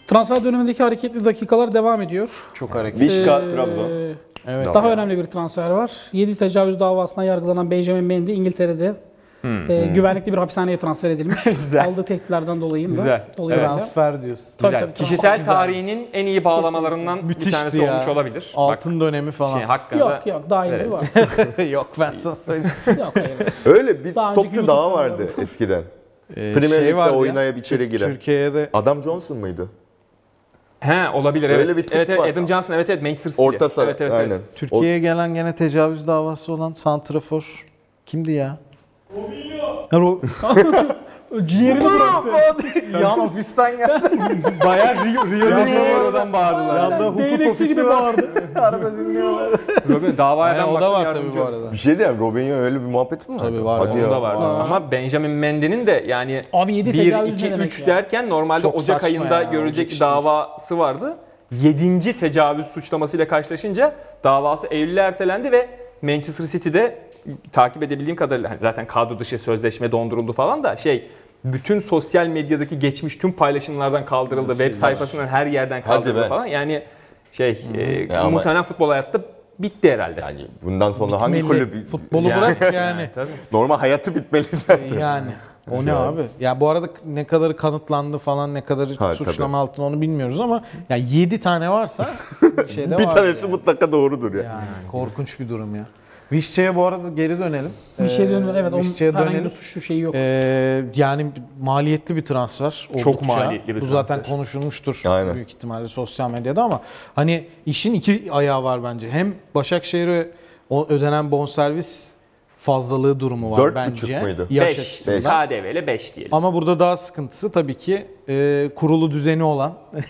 C: Transfer dönemindeki hareketli dakikalar devam ediyor.
B: Çok hareketli.
A: Vişka
C: Ee,
A: Trabzon.
B: Evet.
C: Daha önemli bir transfer var. 7 tecavüz davasına yargılanan Benjamin Mendy İngiltere'de e, güvenlikli bir hapishaneye transfer edilmiş.
D: Güzel.
C: Aldığı tehditlerden dolayı mı?
D: Güzel.
C: Dolayı
D: Evet.
C: da.
B: Transfer diyorsun.
C: Tabii,
D: Güzel.
C: tabii, tabii.
D: Kişisel tarihinin en iyi bağlamalarından bir
B: Müthişti
D: tanesi
B: ya.
D: olmuş olabilir. Bak,
B: Altın dönemi falan.
D: şey, hakkında
C: Yok yok daha ileri
D: Evet.
C: var.
B: (laughs) Yok ben sana
D: (laughs)
B: söyleyeyim.
C: yok hayır.
A: Öyle bir
C: Daha önceki
A: topçu
C: YouTube'da
A: daha
B: (laughs)
A: vardı
C: vardı.
A: eskiden.
B: Ee,
A: Premier Lig'de
B: vardı ya,
A: oynayıp içeri giren.
B: Türkiye'ye de
A: Adam Johnson mıydı?
D: He olabilir evet.
A: Öyle bir tip
D: evet, evet
A: var.
D: Adam Johnson evet evet Manchester City.
A: Orta saha.
D: Evet, evet, evet.
A: Aynen. O-
B: Türkiye'ye gelen gene tecavüz davası olan santrafor kimdi ya? Robinho.
D: (laughs)
C: Ciğerini
B: Yan ofisten geldi. (laughs)
D: Bayağı Rio, Rio de Janeiro'dan bağırdılar.
B: Yanda hukuk
C: Değnekçi gibi
B: ofisi vardı. Arada dinliyorlar.
D: Robin davaya
B: Yani
D: ben
B: o da
D: baktım,
B: var tabii
D: yardımcı
B: bu
D: yok.
B: arada.
A: Bir şey diyeyim Robinho öyle bir muhabbet mi vardı?
B: Tabii var
A: Hadi
B: ya.
A: ya.
D: Onda var. Ama Benjamin Mendy'nin de yani
C: Abi yedi
D: 1
C: tecavüz ne
D: 2
C: demek
D: 3
C: ya?
D: derken normalde
B: Çok
D: Ocak
B: saçma ya,
D: ayında görülecek
B: Ocak
D: bir
A: şey.
B: işte.
D: davası vardı. 7. tecavüz suçlamasıyla karşılaşınca davası Eylül'e ertelendi ve Manchester City'de takip edebildiğim kadarıyla hani zaten kadro dışı sözleşme donduruldu falan da şey bütün sosyal medyadaki geçmiş tüm paylaşımlardan kaldırıldı. Web sayfasından her yerden kaldırıldı
A: be.
D: falan. Yani şey e,
A: Ya ama-
D: muhtemelen futbol hayatta bitti herhalde.
A: Yani bundan sonra hangi
B: Milli
A: kulüp?
B: Futbolu bırak yani.
D: Tabii.
A: Normal hayatı bitmeli zaten.
B: Yani. O ne abi? Ya bu arada ne kadarı kanıtlandı falan ne kadarı
A: Ha,
B: suçlama altında onu bilmiyoruz ama ya 7
A: (laughs)
B: tane varsa bir şey
A: (laughs)
B: de
A: bir
B: var.
A: tanesi mutlaka doğrudur ya.
B: Yani korkunç bir durum ya. Vişçe'ye bu arada geri dönelim.
C: Bir şey
B: Ee,
C: dönüyor. Evet onun
B: Vişçe'ye
C: herhangi bir
B: dönelim.
C: suçlu şeyi yok.
B: Ee, yani maliyetli bir transfer.
D: Çok
B: oldukça.
D: maliyetli bir
B: Bu zaten
D: transfer.
B: konuşulmuştur
A: Aynen.
B: büyük ihtimalle sosyal medyada ama hani işin iki ayağı var bence. Hem Başakşehir'e o ödenen bonservis fazlalığı durumu var
A: Dört
B: bence.
A: buçuk muydu?
B: Yaş
D: 5
B: açısından.
A: Beş.
D: KDV ile 5 diyelim.
B: Ama burada daha sıkıntısı tabii ki e, kurulu düzeni olan (laughs)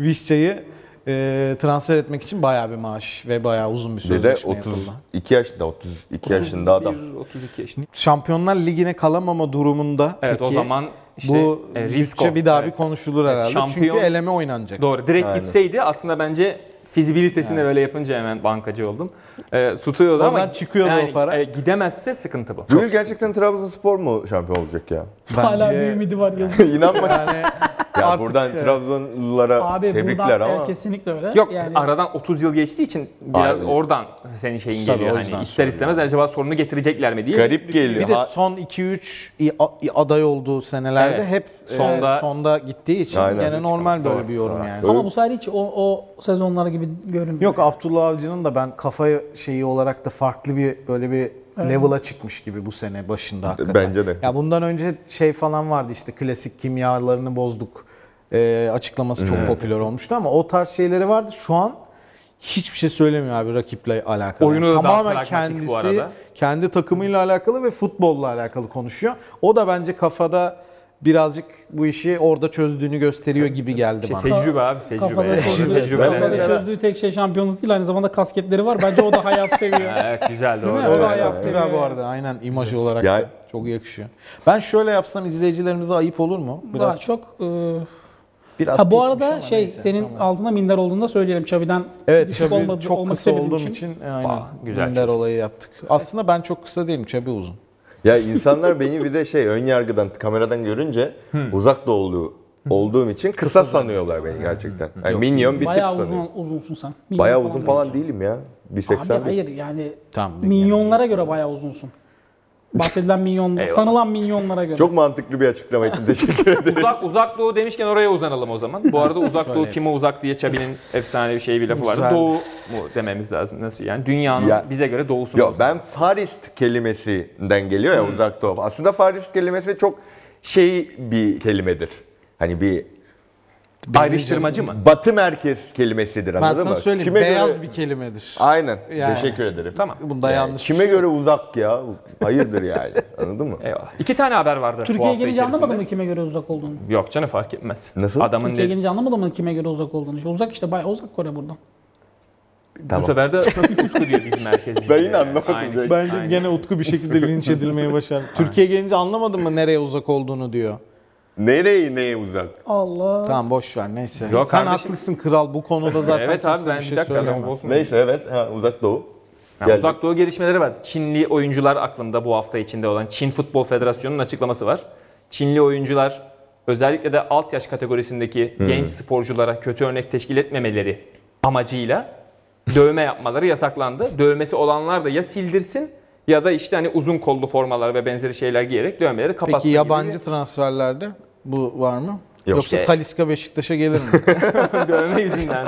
B: Vişça'yı e, transfer etmek için bayağı bir maaş ve bayağı uzun bir
A: Bir de
B: sözleşme yapıldı.
A: 32 yaşında, 32 yaşında adam.
D: 31, 32 yaşında.
B: Şampiyonlar Ligi'ne kalamama durumunda
D: Evet o
B: peki,
D: zaman işte
B: bu
D: e,
B: bütçe
D: risko.
B: bir daha
D: Evet.
B: bir konuşulur herhalde.
D: şampiyon-
B: Çünkü eleme oynanacak.
D: Doğru. Direkt
A: Aynen.
D: gitseydi aslında bence fizibilitesini böyle yapınca hemen bankacı oldum. E, tutuyordu
B: Oradan
D: ama
B: çıkıyordu o para.
D: e, gidemezse sıkıntı bu.
A: Gül gerçekten Trabzonspor mu şampiyon olacak ya? (laughs)
C: Hala bir ümidi var yazık.
A: İnanmak ya
B: Artık e,
A: buradan
B: evet.
A: Trabzonlulara
C: Abi
A: tebrikler
C: buradan
A: ama
C: evet, kesinlikle öyle.
D: Yok
C: Yani-
D: aradan 30 yıl geçtiği için biraz
A: Aynen.
D: oradan senin şeyin
B: Tabii, o
D: geliyor
B: yüzden
D: hani ister istemez acaba sorunu getirecekler mi diye.
A: garip geliyor.
B: Bir de
A: Ha-
B: son 2-3 i- i- aday olduğu senelerde
D: Evet,
B: hep sonda,
D: sonda-
B: sonda gittiği için
A: Aynen.
B: gene
A: Hiç
B: normal böyle
A: kalmaz.
B: bir yorum yani.
C: Ama bu sefer hiç o, o sezonlar gibi görünmüyor.
B: Yok Abdullah Avcı'nın da ben kafa şeyi olarak da farklı bir böyle bir level'a çıkmış gibi bu sene başında hakikaten.
A: Bence de.
B: Ya bundan önce şey falan vardı işte klasik kimyalarını bozduk e, açıklaması çok popüler olmuştu ama o tarz şeyleri vardı. Şu an hiçbir şey söylemiyor abi rakiple alakalı.
D: Oyunu da daha
B: Tamamen
D: pragmatik
B: kendisi
D: bu arada.
B: kendi takımıyla alakalı ve futbolla alakalı konuşuyor. O da bence kafada birazcık bu işi orada çözdüğünü gösteriyor gibi geldi
D: Şey,
B: bana.
D: tecrübe abi tecrübe.
C: Kafada,
D: Yani.
C: çözdüğü,
D: Tecrübeler.
C: kafada
A: Evet.
C: çözdüğü tek şey şampiyonluk değil aynı zamanda kasketleri var. Bence o da hayat seviyor.
D: Ha, Evet güzel
C: Değil
D: doğru.
C: mi? O da
D: Evet.
C: hayat
B: Çok güzel
C: seviyor.
B: bu arada aynen imaj olarak
A: Ya-
B: da çok yakışıyor. Ben şöyle yapsam izleyicilerimize ayıp olur mu?
C: Biraz çok e,
B: biraz
C: Ha bu
B: pismiş
C: arada
B: ama
C: şey
B: neyse,
C: senin
B: tamam.
C: altında minder olduğunu da söyleyelim Çabi'den.
B: Evet
C: düşük
B: Çabi
C: olmadı-
B: çok
C: olmak
B: kısa
C: istemediğim
B: olduğum için aynen
D: Vah, güzel
B: Minder
D: çözüm.
B: olayı yaptık. Aslında ben çok kısa değilim Çabi uzun.
A: Ya insanlar beni bir de şey ön yargıdan kameradan görünce uzak doğulu olduğum için kısa sanıyorlar beni gerçekten. Yani minyon bir tip
C: Bayağı uzun,
A: sanıyor.
C: uzunsun sen. Minyon
A: Bayağı uzun falan değilim ya.
C: Abi
A: 1.80 değil.
C: hayır yani
B: Tamam.
C: milyonlara göre bayağı uzunsun. Bahsedilen milyon,
D: Eyvallah.
C: sanılan milyonlara göre.
A: Çok mantıklı bir açıklama için teşekkür ederim.
D: Uzak, uzak Doğu demişken oraya uzanalım o zaman. Bu
A: (laughs)
D: arada Uzak Doğu kime uzak diye Çabi'nin efsane bir şeyi bir lafı vardı.
B: Güzel.
D: Doğu mu dememiz lazım nasıl yani? Dünyanın
A: Ya-
D: bize göre doğusu mu
A: Yo
D: uzak?
A: ben Farist kelimesinden geliyor ya uzak doğu. Aslında Farist kelimesi çok şey bir kelimedir. Hani bir
D: Ayrıştırmacı mı?
A: batı merkez kelimesidir
B: Ben
A: anladın
B: sana
A: mı?
B: söyleyeyim
A: Kime
B: beyaz
A: göre-
B: bir kelimedir.
A: Aynen.
B: Yani.
A: Teşekkür ederim.
D: Tamam.
B: Bunda yanlış. bir
A: Kime
B: şey yok.
A: göre uzak ya? Hayırdır yani. Anladın mı?
D: Eyvallah. İki tane haber vardı bu
C: Türkiye'ye
D: hafta
C: gelince
D: içerisinde.
C: anlamadın mı kime göre uzak olduğunu?
D: Yok canım fark etmez.
A: Nasıl?
D: Adamın
C: Türkiye'ye
D: dedi.
C: gelince anlamadın mı kime göre uzak olduğunu? İşte uzak işte bayağı uzak Kore buradan.
D: Bu sefer de Utku diyor
A: (laughs)
D: bizim şey. merkezimiz.
A: Ben yine anlamadım direkt.
B: Bence
D: Aynen.
B: gene Utku bir
D: (laughs)
B: şekilde linç edilmeye başardı. Türkiye gelince anlamadın mı nereye uzak olduğunu diyor.
A: Nereye neye uzak?
C: Allah.
B: Tamam boş ver neyse.
D: Yok
B: Sen
D: kardeşim.
B: haklısın kral bu konuda zaten
D: Evet abi
B: kimse
D: ben
B: bir
D: bir
B: şey
D: dakika.
B: söyleyemez.
D: ben-
A: Neyse evet. Ha, uzak doğu.
D: Ha,
A: Geldi.
D: uzak doğu gelişmeleri var. Çinli oyuncular aklımda bu hafta içinde olan Çin Futbol Federasyonu'nun açıklaması var. Çinli oyuncular özellikle de alt yaş kategorisindeki genç sporculara kötü örnek teşkil etmemeleri amacıyla dövme yapmaları yasaklandı. Dövmesi olanlar da ya sildirsin ya da işte hani uzun kollu formalar ve benzeri şeyler giyerek dövmeleri kapatsın.
B: Peki
D: gibi
B: yabancı transferlerde bu var mı? Yoksa
D: Ee,
B: Taliska Beşiktaş'a gelir mi?
D: bir dövme yüzünden.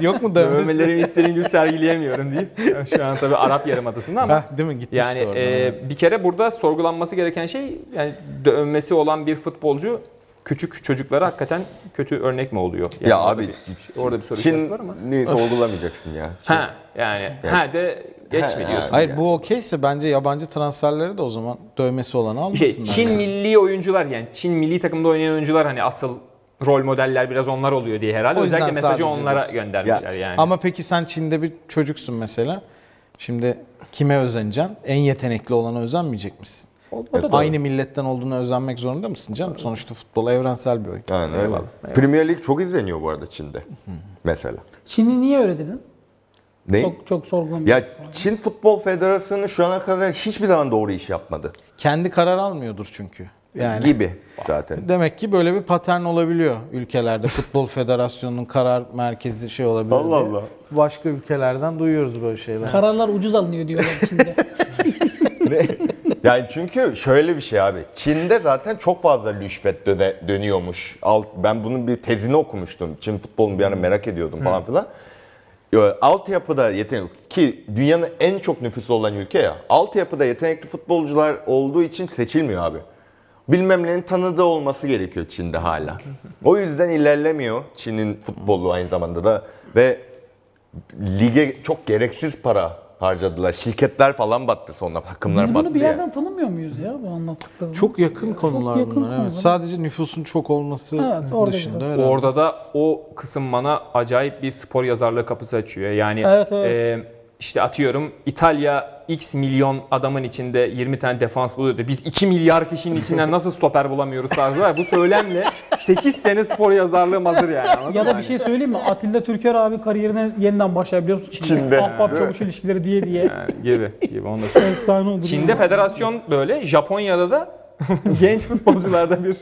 B: (laughs) Yok mu dövmesi?
D: Dövmelerimi istediğim gibi sergileyemiyorum deyip şu an tabii Arap Yarımadası'nda ama
B: Heh, değil mi? Gitmişti
D: Yani
B: oradan.
D: e, bir kere burada sorgulanması gereken şey yani dövmesi olan bir futbolcu küçük çocuklara hakikaten kötü örnek mi oluyor? Yani
A: ya
D: orada
A: abi
D: bir, orada bir soru
A: Çin
D: işareti var ama.
A: neyse olgulamayacaksın ya.
D: Ha
B: şey,
D: yani ha de geç mi
A: Ha,
D: diyorsun?
B: Hayır
A: yani.
B: bu okeyse bence yabancı transferleri de o zaman dövmesi olanı almasınlar.
D: Şey, Çin
B: yani.
D: milli oyuncular yani Çin milli takımda oynayan oyuncular hani asıl rol modeller biraz onlar oluyor diye herhalde
B: O yüzden
D: özellikle mesajı
B: sadece
D: onlara
B: diyorsun.
D: göndermişler
A: Ya,
D: yani.
B: Ama peki sen Çin'de bir çocuksun mesela. Şimdi kime özeneceksin? En yetenekli olana özenmeyecek misin?
D: O- o da doğru.
B: Aynı milletten olduğuna özenmek zorunda mısın canım? Sonuçta futbol evrensel bir oyun.
A: Aynen öyle.
D: Eyvallah,
A: Premier Lig çok izleniyor bu arada Çin'de. Mesela.
C: Çin'i niye öyle dedin?
A: Ne?
C: Çok çok sorgulamıyorum.
A: Ya Çin Futbol Federasyonu şu ana kadar hiçbir zaman doğru iş yapmadı.
B: Kendi karar almıyordur çünkü. Yani
A: Gibi
D: (laughs)
A: zaten.
B: demek ki böyle bir patern olabiliyor ülkelerde. Futbol (laughs) Federasyonu'nun karar merkezi şey olabiliyor.
A: Allah
B: diye.
A: Allah.
B: Başka ülkelerden duyuyoruz böyle şeyler.
C: Kararlar ucuz alınıyor diyorlar Çin'de.
A: Ne? yani çünkü şöyle bir şey abi. Çin'de zaten çok fazla rüşvet döne- dönüyormuş. Alt, ben bunun bir tezini okumuştum. Çin futbolunu bir ara merak ediyordum falan filan. Ee, Altyapıda yetenek ki dünyanın en çok nüfusu olan ülke ya. Altyapıda yetenekli futbolcular olduğu için seçilmiyor abi. Bilmem nenin tanıdığı olması gerekiyor Çin'de hala. O yüzden ilerlemiyor Çin'in futbolu aynı zamanda da ve lige çok gereksiz para harcadılar. Şirketler falan battı sonra takımlar
C: Biz
A: battı.
C: bunu bir
A: ya.
C: yerden tanımıyor muyuz ya bu anlattıkları?
B: Çok yakın konular
C: yakın
B: bunlar.
C: konular.
B: Evet. Sadece nüfusun çok olması
C: Evet, orada
B: dışında.
C: biraz.
B: herhalde.
D: Orada da o kısım bana acayip bir spor yazarlığı kapısı açıyor. Yani
C: Evet, evet.
D: e, işte atıyorum İtalya X milyon adamın içinde 20 tane defans buluyordu. Biz 2 milyar
C: (laughs)
D: kişinin içinden nasıl stoper bulamıyoruz tarzı var. Bu söylemle 8 sene spor yazarlığım hazır yani. anladın
C: Ya
D: mı?
C: da bir şey söyleyeyim mi? Atilla Türker abi kariyerine yeniden başlayabiliyor musun? Çin'de.
A: Çin'de.
C: Ahbap
A: Değil mi?
C: çavuş ilişkileri diye diye.
D: Yani gibi gibi onu da söyleyeyim.
C: Efsane oldu.
D: Çin'de federasyon böyle, Japonya'da da (laughs) genç futbolcularda bir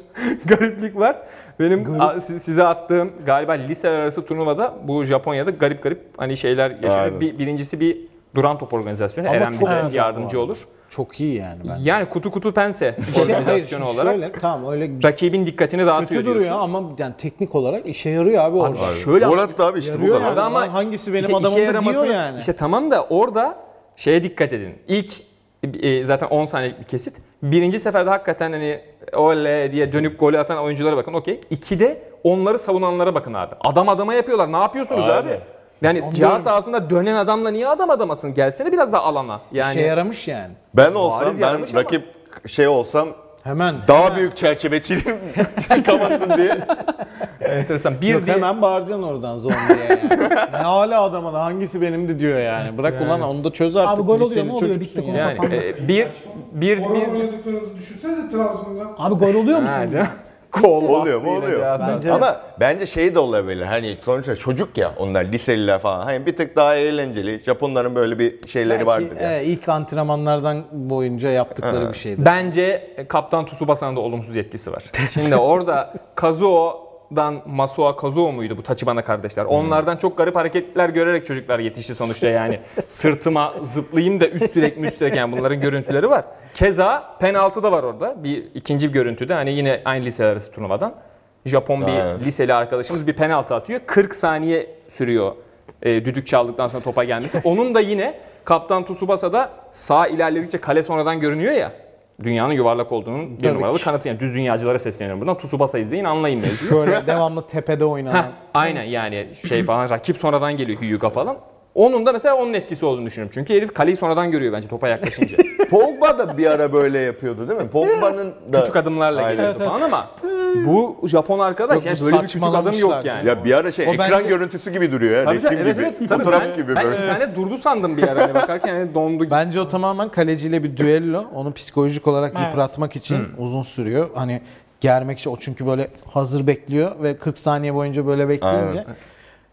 D: gariplik var. Benim a- si- size attığım galiba lise arası turnuvada bu Japonya'da garip garip hani şeyler yaşanıyor.
A: Aynen.
D: Bir, birincisi bir duran top organizasyonu.
B: Ama
D: Eren
B: çok
D: bize
B: güzel
D: yardımcı olur.
B: Çok iyi yani ben.
D: Yani kutu kutu pense
B: Şey, hayır,
D: organizasyonu
B: şimdi
D: olarak
B: Şöyle, tamam öyle
D: rakibin dikkatini dağıtıyor
B: kötü duruyor
D: diyorsun.
B: ama yani teknik olarak işe yarıyor abi orada.
D: Şöyle
A: Gol attı abi işte bu
B: Yarıyor
A: kadar.
B: yani.
D: Orada ama
B: Lan hangisi benim
D: işte işe
B: adamım da diyor
D: yaramasını-
B: yani.
D: İşte tamam da orada şeye dikkat edin. İlk e, zaten 10 saniyelik bir kesit. Birinci seferde hakikaten hani ole diye dönüp golü atan oyunculara bakın okey. İkide onları savunanlara bakın abi. Adam adama yapıyorlar. Ne yapıyorsunuz
A: Aynen.
D: abi? Yani cihaz sahasında dönen adamla niye adam adamasın? Gelsene biraz daha alana.
B: İşe
D: Yani
B: yaramış yani.
A: Ben olsam
D: Bariz yaramış
A: ben
D: ama.
A: rakip şey olsam
B: Hemen
A: daha büyük çerçeve
C: (laughs)
A: çizim çıkamasın diye.
D: enteresan. Bir
B: Yok,
D: diye-
B: hemen bağıracaksın oradan zombiye yani. ne hala adama da hangisi benimdi diyor yani. Bırak ulan onu da çöz artık.
C: gol
B: liseli
C: oluyor mu? Oluyor,
B: çocuksun
C: bitti konu.
D: yani e, bir bir
E: Orhan
D: bir
E: oynadıklarınızı düşünsenize Trabzon'da.
C: Abi gol oluyor musun?
D: Ha, değil mi? Kol
A: Oluyor mu?
D: bastığıyla
A: Oluyor.
D: cihaz sahası.
B: Bence-
A: Ama bence şey de olabilir. Hani sonuçta çocuk ya onlar liseliler falan. Hani bir tık daha eğlenceli. Japonların böyle bir şeyleri
B: Belki,
A: vardır ya.
B: e, ilk antrenmanlardan boyunca yaptıkları bir şeydi.
D: Bence e, Kaptan Tsubasa'nın da olumsuz etkisi var. Şimdi orada Kazuo'dan Masuo Kazuo muydu bu Tachibana kardeşler? Onlardan çok garip hareketler görerek çocuklar yetişti sonuçta yani. Sırtıma zıplayayım da üstürek müstürek yani bunların görüntüleri var. Keza penaltı da var orada. Bir ikinci bir görüntüde hani yine aynı lise arası turnuvadan. Japon bir
A: Aynen.
D: liseli arkadaşımız bir penaltı atıyor. 40 saniye sürüyor e, düdük çaldıktan sonra topa gelmesi. Onun da yine Kaptan Tsubasa'da sağ ilerledikçe kale sonradan görünüyor ya. Dünyanın yuvarlak olduğunun bir
B: Tabii
D: numaralı
B: ki.
D: kanıtı. Yani düz dünyacılara sesleniyorum buradan. Tsubasa izleyin anlayın mevzuyu.
B: Şöyle (laughs) devamlı tepede oynanan.
D: Heh, aynen yani şey falan rakip sonradan geliyor Hyuga falan. Onun da mesela onun etkisi olduğunu düşünüyorum. Çünkü herif kaleyi sonradan görüyor bence
B: (laughs)
D: topa yaklaşınca.
A: Pogba da bir ara böyle yapıyordu
D: (laughs)
A: değil mi? Pogba'nın da...
D: küçük adımlarla
A: Aynen.
D: geliyordu falan ama bu Japon arkadaş
B: Yok,
D: yani
B: bu
D: böyle bir küçük adım yok
B: saçmalamışlar.
D: yani.
A: Ya bir ara şey
B: O
A: ekran
B: bence-
A: görüntüsü gibi duruyor ya.
D: Tabii
A: resim
D: tabii, evet,
A: gibi.
D: evet, tabii.
A: fotoğraf
D: Ben-
A: gibi
D: Ben
A: böyle.
D: internet durdu sandım bir ara hani bakarken hani (laughs) dondu.
B: Bence o tamamen kaleciyle bir düello. Onu psikolojik olarak
C: Evet.
B: yıpratmak için
A: Hmm.
B: uzun sürüyor. Hani germek için o çünkü böyle hazır bekliyor ve 40 saniye boyunca böyle bekleyince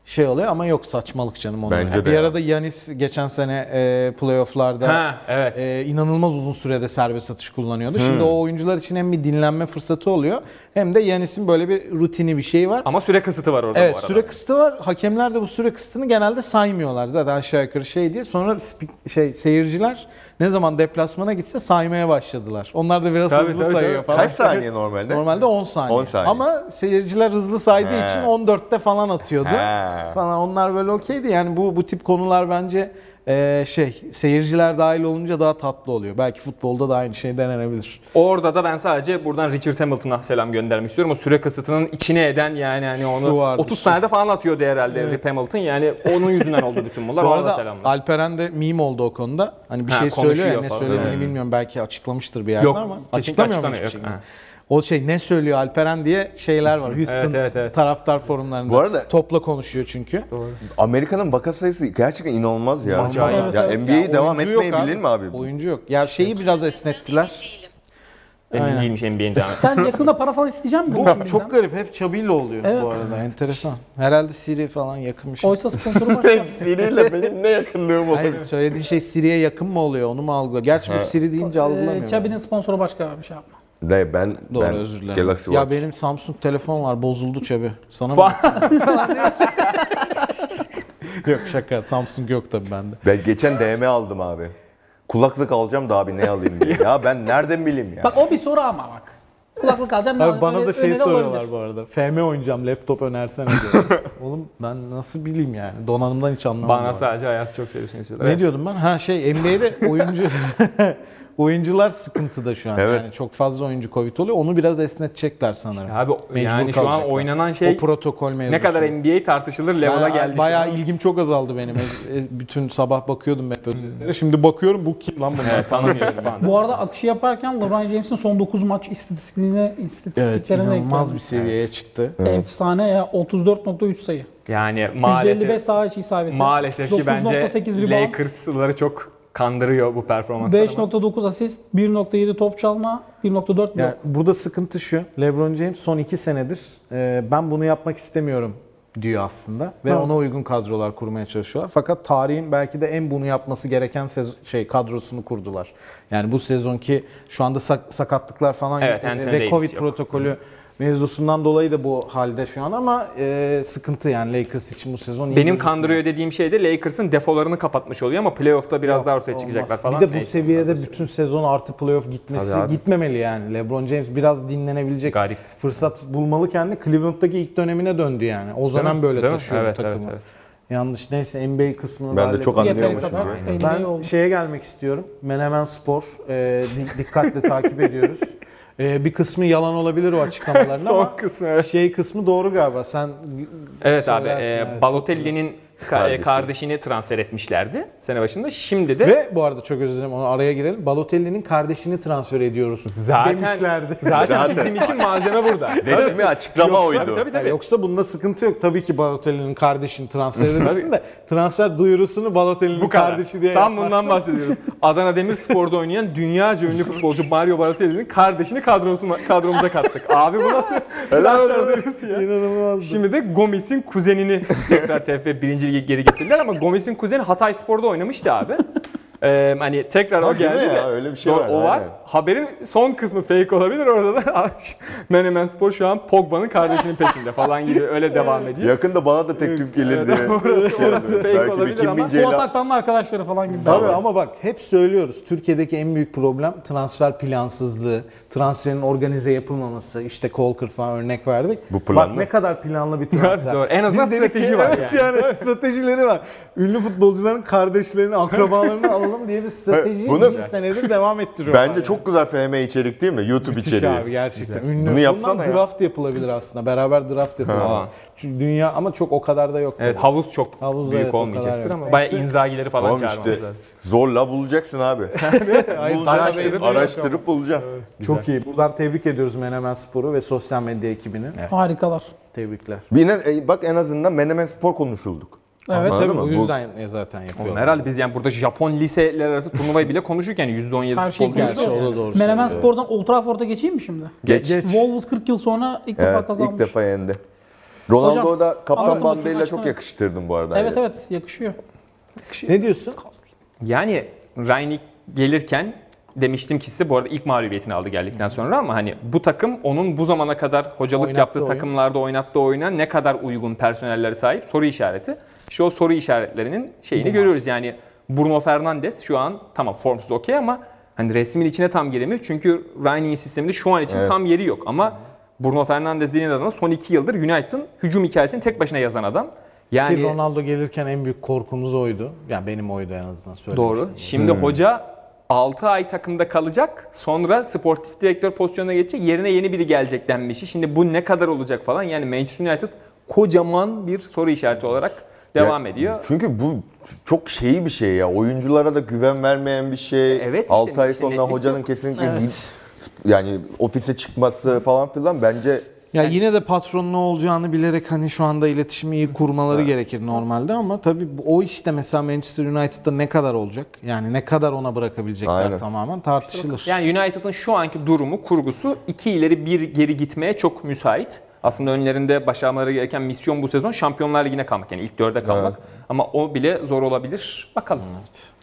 B: şey oluyor ama yok saçmalık canım onun.
A: Bence
B: Yani
A: de
B: bir
A: ya.
B: arada Yanis geçen sene e, playofflarda
D: Ha, evet.
B: e, inanılmaz uzun sürede serbest atış kullanıyordu.
A: Hmm.
B: Şimdi o oyuncular için hem bir dinlenme fırsatı oluyor hem de Yanis'in böyle bir rutini bir şeyi var.
D: Ama süre kısıtı var orada
B: Evet
D: bu arada.
B: süre kısıtı var. Hakemler de bu süre kısıtını genelde saymıyorlar zaten aşağı yukarı şey diye. Sonra spi- şey seyirciler ne zaman deplasmana gitse saymaya başladılar. Onlar da biraz
D: Tabii,
B: hızlı
D: tabii,
B: sayıyor
D: tabii.
B: falan.
A: Kaç saniye normalde?
B: Normalde 10 saniye.
A: 10 saniye.
B: Ama seyirciler hızlı saydığı
A: He.
B: için 14'te falan atıyordu.
A: He.
B: Falan onlar böyle okeydi. Yani bu bu tip konular bence eee, şey seyirciler dahil olunca daha tatlı oluyor. Belki futbolda da aynı şey denenebilir.
D: Orada da ben sadece buradan Richard Hamilton'a selam göndermek istiyorum. O süre kısıtının içine eden yani hani
B: Su
D: onu
B: vardı,
D: 30
B: su.
D: saniyede falan atıyordu herhalde Rip Hamilton. Yani onun yüzünden oldu bütün bunlar.
B: Bu
D: Ona da
B: arada
D: selamlar.
B: Alperen de meme oldu o konuda. Hani bir
D: Ha,
B: şey söylüyor ya,
D: konuşuyor
B: ne
D: falan.
B: söylediğini
D: Evet.
B: bilmiyorum. Belki açıklamıştır bir yerde
D: Yok,
B: ama
D: kesinlikle
B: açıklamıyor mu
D: açıklamıyor,
B: hiçbir
D: yok.
B: şey?
D: Ha.
B: O şey ne söylüyor Alperen diye şeyler var. Houston
D: (laughs) Evet, evet, evet.
B: taraftar forumlarında
A: Bu arada-
B: topla konuşuyor çünkü.
A: Amerika'nın vaka sayısı gerçekten inanılmaz ya.
D: Acayip.
A: Ya,
D: Evet,
A: ya NBA'yi devam
B: oyuncu yok
A: etmeyebilir mi abi?
B: Oyuncu yok. Ya şeyi biraz esnettiler.
D: En iyiymiş NBA'in (laughs) devam.
C: Sen yakında para falan isteyecek misin?
B: Bu çok garip. Hep Çabi'yle oluyor
C: Evet.
B: bu arada. Enteresan. Herhalde Siri falan yakın bir şey.
C: Oysa sponsoru başka.
A: Siri'yle benim ne yakınlığım
B: Hayır, söylediğin şey Siri'ye yakın mı oluyor? Onu mu algılıyor? Gerçi bu Siri deyince algılamıyorum.
C: Ee, Çabi'nin sponsoru başka bir şey yapma.
A: De ben
B: Doğru
A: ben
B: özür dilerim.
A: Galaxy
B: ya
A: Watch.
B: benim Samsung telefon var bozuldu çebi. Sana mı? (laughs)
D: (laughs)
B: yok şaka Samsung yok tabii bende.
A: Ben geçen DM aldım abi. Kulaklık alacağım da abi ne alayım diye. ya ben nereden bileyim ya?
C: Bak o bir soru ama bak. Kulaklık alacağım. ne
B: Abi bana
C: öyle-
B: da şey
C: öyle de olabilir.
B: soruyorlar bu arada. FM oynayacağım laptop önersene
D: (laughs)
B: diyor. Oğlum ben nasıl bileyim yani donanımdan hiç anlamam. bu
D: Bana
B: arada.
D: sadece hayat çok seviyorsun istiyorlar.
B: Ne diyordum ben? Ha şey
D: (laughs)
B: NBA'de oyuncu (laughs) oyuncular sıkıntıda şu an.
A: Evet.
B: Yani çok fazla oyuncu Covid oluyor. Onu biraz esnetecekler sanırım.
D: Abi yani şu an
B: kalacaklar.
D: oynanan şey
B: o protokol mevzusu.
D: ne kadar NBA tartışılır level'a
B: Bayağı-
D: geldi.
B: Bayağı ilgim çok azaldı benim. E- e- Bütün sabah bakıyordum hep özetlere. Şimdi bakıyorum bu kim lan bunlar?
D: Evet, tanımıyorsun falan.
C: Bu arada akışı yaparken LeBron James'in son 9 maç istatistiklerine, istatistiklerine
B: inanılmaz
C: ekledim.
B: bir
D: şey.
B: seviyeye çıktı.
C: Efsane ya 34.3 sayı.
D: Yani
C: %55
D: maalesef
C: saha içi isabeti.
D: maalesef ki bence
C: 9.8 rebound,
D: Lakers'ları çok kandırıyor bu performanslar. ama.
C: 5.9 asist, 1.7 top çalma, 1.4 blok.
B: Yani burada sıkıntı şu. LeBron James son iki senedir e, ben bunu yapmak istemiyorum diyor aslında ve
C: Evet.
B: ona uygun kadrolar kurmaya çalışıyorlar. Fakat tarihin belki de en bunu yapması gereken sez- şey kadrosunu kurdular. Yani bu sezonki şu anda sak- sakatlıklar falan
D: Evet,
B: e,
D: Anthony
B: ve
D: Davis
B: Covid
D: yok.
B: protokolü mevzusundan dolayı da bu halde şu an ama e, sıkıntı yani Lakers için bu sezon iyi
D: Benim
B: gözükmüyor.
D: kandırıyor dediğim şey de Lakers'ın defolarını kapatmış oluyor ama playoff'ta biraz daha ortaya çıkacaklar
B: Olmaz.
D: falan.
B: Bir de bu
D: Neyse.
B: seviyede bütün sezon artı playoff gitmesi
D: Tabii abi.
B: gitmemeli yani. LeBron James biraz dinlenebilecek
D: Garip.
B: fırsat bulmalı kendine. Cleveland'daki ilk dönemine döndü yani. O zaman
D: mi?
B: böyle
D: Değil mi?
B: taşıyordu
D: Evet,
B: takımı.
D: evet, evet.
B: Yanlış neyse NBA kısmını
A: Ben
B: da
A: de çok
B: hallettik.
C: Yeteri
A: anlıyormuşum
C: kadar
A: ya.
C: NBA
B: Ben
C: oldu.
B: şeye gelmek istiyorum. Menemen Spor. e, di- dikkatle takip ediyoruz. E, bir kısmı yalan olabilir o açıklamaların
D: (laughs) Son
B: ama
D: kısmı, evet.
B: şey kısmı doğru galiba. Sen
D: Evet abi, e,
B: söylersin, evet.
D: Balotelli'nin ka- e,
A: Kardeşi.
D: kardeşini transfer etmişlerdi sene başında. Şimdi de
B: Ve bu arada çok özür dilerim onu araya girelim. Balotelli'nin kardeşini transfer ediyoruz
D: zaten
B: demişlerdi. (laughs)
D: zaten bizim için malzeme burada.
A: Resmi açıklama
D: Yoksa-
A: oydu.
D: Tabii tabii.
B: Yani yoksa bunda sıkıntı yok. Tabii ki Balotelli'nin kardeşini
D: (laughs)
B: transfer edebilirsin de transfer duyurusunu Balotelli'nin
D: Bu kadar.
B: kardeşi diye
D: Tam
B: yapmazsın.
D: bundan bahsediyoruz. Adana Demirspor'da oynayan dünyaca ünlü futbolcu Mario Balotelli'nin kardeşini kadrosuna, kadromuza kattık. Abi bu nasıl transfer duyurusu ya?
B: İnanılmaz.
D: Şimdi de Gomis'in kuzenini tekrar TFF birinci lige geri getirdiler ama Gomis'in kuzeni Hatay Spor'da oynamıştı abi. Ee, hani tekrar o
A: Ha, değil mi
D: geldi de.
A: ya? Öyle bir şey var,
D: O var.
A: aynen.
D: Haberin son kısmı fake olabilir orada da. (laughs) Menemen Spor şu an Pogba'nın kardeşinin peşinde falan gibi öyle devam ediyor.
A: Yakında bana da teklif gelir diye. şey
D: orası- orası fake
A: Belki bir
D: olabilir
A: Kim
D: ama
A: Min Jae'yle-
C: Fuat Aktan'la arkadaşları falan gibi.
B: Tabii ama bak hep söylüyoruz. Türkiye'deki en büyük problem transfer plansızlığı, transferin organize yapılmaması. İşte Kolkır falan örnek verdik.
A: Bu planlı.
B: Bak ne kadar planlı bir transfer.
D: Doğru. En azından
B: Biz dedik
D: strateji
B: ki,
D: var
B: evet yani. stratejileri var. Ünlü futbolcuların kardeşlerini, akrabalarını alalım diye bir strateji
A: Bunu-
B: bir senedir devam ettiriyorlar.
A: Bence
B: yani.
A: çok güzel FM içerik değil mi? YouTube
B: Müthiş
A: içeriği.
B: abi gerçekten. Ünlü.
A: Bunu yapsana
B: Bundan
A: ya.
B: draft yapılabilir aslında. Beraber draft yapabiliriz.
D: Ha.
B: Çünkü dünya ama çok o kadar da yok.
D: Evet
B: tabii.
D: havuz çok
B: Havuz,
D: büyük
B: evet, o kadar
D: olmayacaktır
B: yok.
D: ama bayağı inzagileri falan
A: Oğlum
D: çağırmamız
A: işte
D: lazım.
A: zorla bulacaksın abi.
B: Hayır,
A: araştırıp
B: database'de yok
A: araştırıp bulacaksın.
B: ama. Çok iyi. Buradan tebrik ediyoruz Menemen Spor'u ve sosyal medya ekibini.
C: Harikalar.
B: Tebrikler.
A: Bir inen- e, bak en azından Menemen Spor konuşulduk.
C: Evet.
A: Anladın
B: Tabii
A: mı?
B: bu
A: Bu-
B: yüzden zaten yapıyorlar.
D: Herhalde biz yani burada Japon liseler arası turnuvayı bile konuşurken %17
C: Her şey
D: futbol diyoruz.
B: Gerçi
C: konuşuldu.
B: o da doğru
C: Menemen
B: söylüyor.
C: Spor'dan Old Trafford'a geçeyim mi şimdi?
A: Geç.
C: Wolves 40 yıl sonra ilk defa
A: Evet,
C: kazanmış.
A: ilk defa yendi. Ronaldo'ya da kaptan
C: Avrupa'daki
A: bandıyla
C: maçta-
A: çok yakıştırdım bu arada.
C: Evet evet yakışıyor.
F: Ne diyorsun?
D: Yani Rangnick gelirken demiştim ki size bu arada ilk mağlubiyetini aldı geldikten sonra ama hani bu takım onun bu zamana kadar hocalık
F: Oynattığı
D: yaptığı
F: oyun.
D: takımlarda oynattığı oyuna ne kadar uygun personellere sahip soru işareti. İşte o soru işaretlerinin şeyini görüyoruz. Yani Bruno Fernandes şu an tamam formsuz okey ama hani resmin içine tam giremiyor. Çünkü Rangnick'in sisteminde şu an için
A: Evet.
D: tam yeri yok ama Bruno Fernandes dediğin adama son iki yıldır United'ın hücum hikayesini tek başına yazan adam. Yani
B: Hani-
F: Ki Ronaldo gelirken en büyük korkumuz oydu. Yani benim oydu en azından söylemiştim.
D: Doğru. şey. Şimdi hoca 6 ay takımda kalacak. Sonra sportif direktör pozisyonuna geçecek. Yerine yeni biri gelecek denmişi. Şimdi bu ne kadar olacak falan. Yani Manchester United kocaman bir soru işareti olarak
A: Ya-
D: devam ediyor.
A: Çünkü bu çok şeyi bir şey ya. Oyunculara da güven vermeyen bir şey.
D: Evet işte,
A: 6 ay
D: işte
A: sonra
D: netlik
A: hocanın
D: yok.
A: kesinlikle gidip yani ofise çıkması falan filan bence
B: Ya yine de patronun ne olacağını bilerek hani şu anda iletişimi iyi kurmaları gerekir normalde ama tabii bu- o işte mesela Manchester United'da ne kadar olacak? Yani ne kadar ona bırakabilecekler
A: Aynen.
B: tamamen tartışılır.
D: Yani United'ın şu anki durumu, kurgusu iki ileri bir geri gitmeye çok müsait. Aslında önlerinde başarmaları gereken misyon bu sezon Şampiyonlar Ligi'ne kalmak. Yani ilk dörde kalmak. Ama o bile zor olabilir. Bakalım.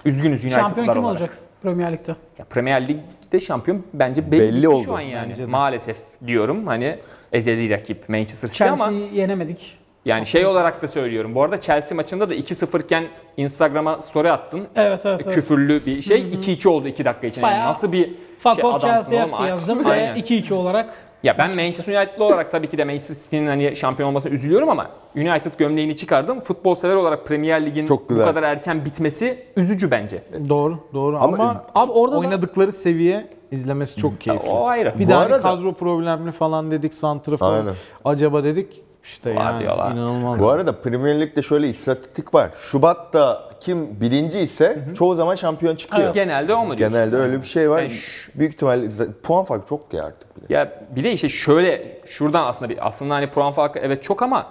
D: Üzgünüz
C: Şampiyon
D: United'lar
C: kim
D: olarak.
C: olacak Premier Lig'de?
D: Ya Premier Lig'de şampiyon bence belli,
A: Belli
D: gitti
A: oldu.
D: şu an yani.
B: Bence de.
D: Maalesef diyorum hani ezeli rakip Manchester City ama
C: Chelsea'yi yenemedik.
D: yani şey olarak da söylüyorum. Bu arada Chelsea maçında da 2-0 iken Instagram'a story attın.
C: Evet evet. evet.
D: Küfürlü bir şey 2-2 oldu 2 dakika içinde.
C: Bayağı
D: Nasıl bir
C: Fuck
D: şey
C: off
D: adamsın
C: Chelsea
D: oğlum.
C: FC
D: Ay-
C: yazdım
D: (laughs) Aynen.
C: ve 2-2 olarak.
D: Ya ben Manchester United'lı olarak tabii ki de Manchester City'nin hani şampiyon olmasına üzülüyorum ama United gömleğini çıkardım. Futbol sever olarak Premier Lig'in
A: Çok
D: bu
A: güzel.
D: kadar erken bitmesi üzücü bence.
B: Doğru, doğru ama,
A: Ama-
B: abi orada
C: da-
B: oynadıkları seviye izlemesi çok keyifli.
D: O ayrı.
B: Bir
A: Bu
B: de hani
A: arada-
B: kadro problemli falan dedik, santrafor
A: Aynen.
B: acaba dedik. İşte
D: Var
B: yani
D: diyorlar.
B: inanılmaz.
A: Bu arada Premier Lig'de şöyle istatistik var. Şubat'ta kim birinci ise çoğu zaman şampiyon çıkıyor.
D: Genelde o mu diyorsun?
A: Genelde öyle bir şey var.
D: Yani şu-
A: Büyük ihtimalle z- puan farkı çok ya artık. bir de.
D: Ya bir de işte şöyle şuradan aslında bir aslında hani puan farkı evet çok ama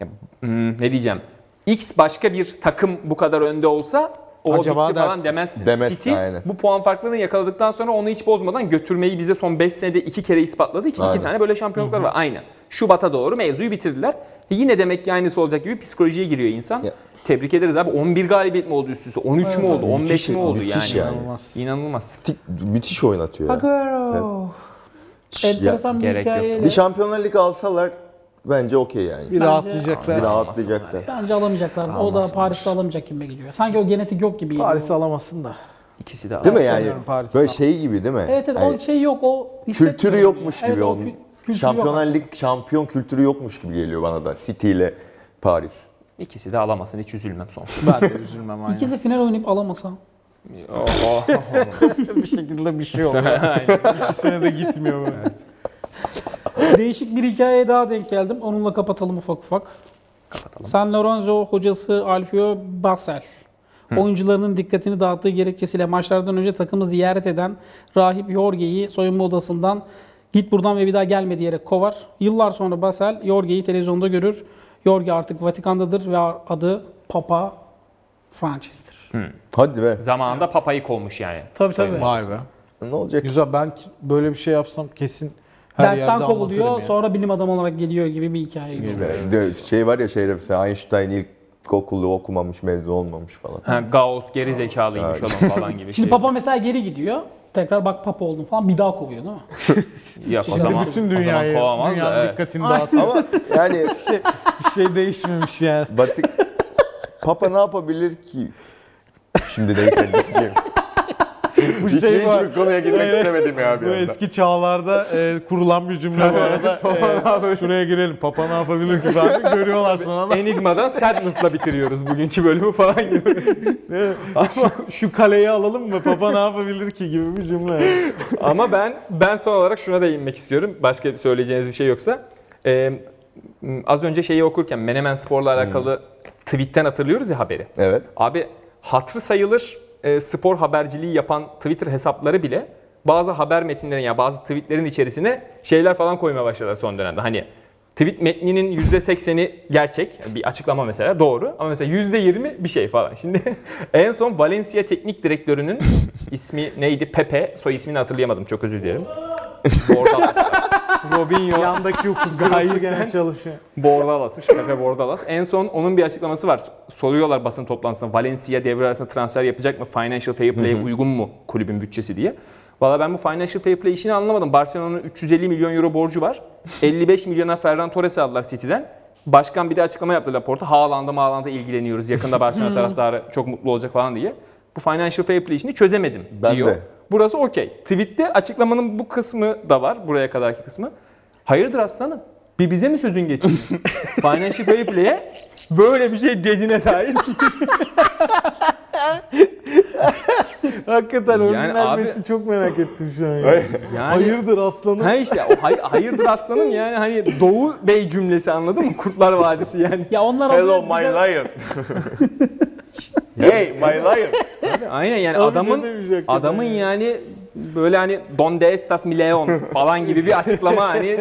D: ya, hmm, ne diyeceğim? X başka bir takım bu kadar önde olsa o
B: Acaba
D: bitti
B: dersin.
D: falan demezsin.
A: Demezsin,
D: City
A: aynen.
D: bu puan farklarını yakaladıktan sonra onu hiç bozmadan götürmeyi bize son 5 senede iki kere ispatladığı için
A: Aynen.
D: iki tane böyle şampiyonluklar var. Aynen. Şubat'a doğru mevzuyu bitirdiler. E Yine demek ki aynısı olacak gibi psikolojiye giriyor insan.
A: Ya.
D: Tebrik ederiz abi. 11 galibiyet mi oldu üst üste? 13 mü oldu? 15
A: Müthiş-
D: mi oldu
A: müthiş
D: yani?
A: yani.
B: İnanılmaz.
D: İnanılmaz.
A: Tik- Müthiş oynatıyor ya.
C: Agüero.
A: Ya,
C: Enteresan bir şey.
D: gerek yok.
C: hikayeyle.
A: bir şey- Şampiyonlar Ligi alsalar bence okey yani.
B: bir
A: Bir,
B: rahatlayacaklar.
A: rahatlayacaklar.
C: Bence alamayacaklar. O da Paris'te alamayacak gibi geliyor. Sanki o genetik yok gibi. geliyor.
B: Paris'i alamazsın da.
D: İkisi de
A: Değil mi yani?
B: Sanıyorum Paris'ten.
A: Böyle şey gibi değil mi?
C: Evet evet
A: Hani
C: o şey yok o
A: kültürü
C: hissetmiyorum
A: yokmuş
C: ya.
A: gibi
C: Evet, o
A: onun.
C: kü- kültürü yok.
A: Şampiyonlar Lig şampiyon kültürü yokmuş gibi geliyor bana da. City ile Paris.
D: İkisi de alamasın hiç üzülmem son.
B: Ben de üzülmem aynen.
C: İkisi final oynayıp alamasa.
B: bir şekilde bir şey olur. İkisine de gitmiyor böyle.
C: Değişik bir hikayeye daha denk geldim. Onunla kapatalım ufak ufak. Kapatalım. San Lorenzo hocası Alfio Basel. Oyuncularının dikkatini dağıttığı gerekçesiyle maçlardan önce takımı ziyaret eden Rahip Jorge'yi soyunma odasından git buradan ve bir daha gelme diyerek kovar. Yıllar sonra Basel Jorge'yi televizyonda görür. Jorge artık Vatikan'dadır ve adı Papa Francis'tir.
A: Hadi be.
D: (laughs) Zamanında papayı kovmuş yani.
C: Tabii tabii.
B: Vay be.
A: Ne olacak?
B: Güzel ben ki- böyle bir şey yapsam kesin her
C: Dersten
B: yerde
C: kovuluyor
B: anlatırım ya.
C: sonra bilim adamı olarak geliyor gibi bir hikaye. gibi.
A: Bir de Şey var ya şey refsi Einstein ilk okulu okumamış mevzu olmamış
B: (laughs)
A: falan.
D: Ha, Gauss geri zekalıymış olan falan gibi şey.
C: Şimdi papa mesela geri gidiyor. Tekrar bak papa oldum falan bir daha kovuyor değil mi?
D: Yok o zaman,
B: Bütün
D: o zaman
B: dünyayı,
D: kovamaz
B: dünyanın
D: da. Evet.
B: dikkatini dağıtıyor.
A: Ama yani
B: Bir şey değişmemiş yani.
A: Vatik... Papa ne yapabilir ki? Şimdi neyse
B: (laughs)
A: diyeceğim.
B: Bu
A: Hiç,
B: şey var.
A: hiçbir konuya girmek istemedim ya bir
B: Bu
A: anda.
B: eski çağlarda e, kurulan bir cümle bu arada. E, şuraya girelim. Papa ne yapabilir ki zaten görüyorlar sonra da.
D: Enigma'dan sadness'la bitiriyoruz bugünkü bölümü falan gibi.
B: Şu kaleyi alalım mı? Papa ne yapabilir ki gibi bir cümle.
D: (laughs) Ama ben ben son olarak şuna değinmek istiyorum. Başka söyleyeceğiniz bir şey yoksa. Ee, m, az önce şeyi okurken Menemen Spor'la alakalı tweetten hatırlıyoruz ya haberi.
A: Evet.
D: Abi hatırı sayılır e, spor haberciliği yapan Twitter hesapları bile bazı haber metinlerin ya bazı tweetlerin içerisine şeyler falan koymaya başladılar son dönemde. Hani tweet metninin %80'i gerçek. Bir açıklama mesela doğru ama mesela %20 bir şey falan. Şimdi (laughs) en son Valencia teknik direktörünün ismi neydi? Pepe, soy ismini hatırlayamadım çok özür dilerim. Bordalas. Robinho,
F: Yandaki hukuk görüntüsü gene çalışıyor.
D: Bordalas'mış. Pepe Bordalas. En son onun bir açıklaması var. Soruyorlar basın toplantısında Valencia devre arasında transfer yapacak mı? Financial Fair Play'e uygun mu kulübün bütçesi diye. Valla ben bu Financial Fair Play işini anlamadım. Barcelona'nın 350 milyon euro borcu var. 55 milyona Ferran Torres'i aldılar City'den. Başkan bir de açıklama yaptı Laporta. Haaland'a Haaland'a
A: (laughs)
D: ilgileniyoruz. Yakında Barcelona taraftarı çok mutlu olacak falan diye. Bu Financial Fair Play işini çözemedim
A: Ben
D: diyor.
A: de.
D: Burası okey. Tweet'te açıklamanın bu kısmı da var. Buraya kadarki kısmı. Hayırdır aslanım? Bir bize mi sözün geçti? Financial Fair Play'e böyle bir şey dediğine dair.
F: Hakikaten orijinal
D: abi-
F: metni çok merak ettim şu an. ya.
D: Yani,
F: Hayırdır aslanım?
D: Ha işte o hay- hayırdır aslanım yani hani Doğu Bey cümlesi anladın mı? Kurtlar Vadisi yani.
C: Ya onlar
A: Hello
C: onlar
A: my
C: bize-
A: lion.
B: (laughs)
A: hey my lion.
D: Aynen yani
F: Abi
D: adamın
F: ne demiş hakikaten
D: adamın
F: ya?
D: yani böyle hani Donde estas mi leon falan gibi bir açıklama hani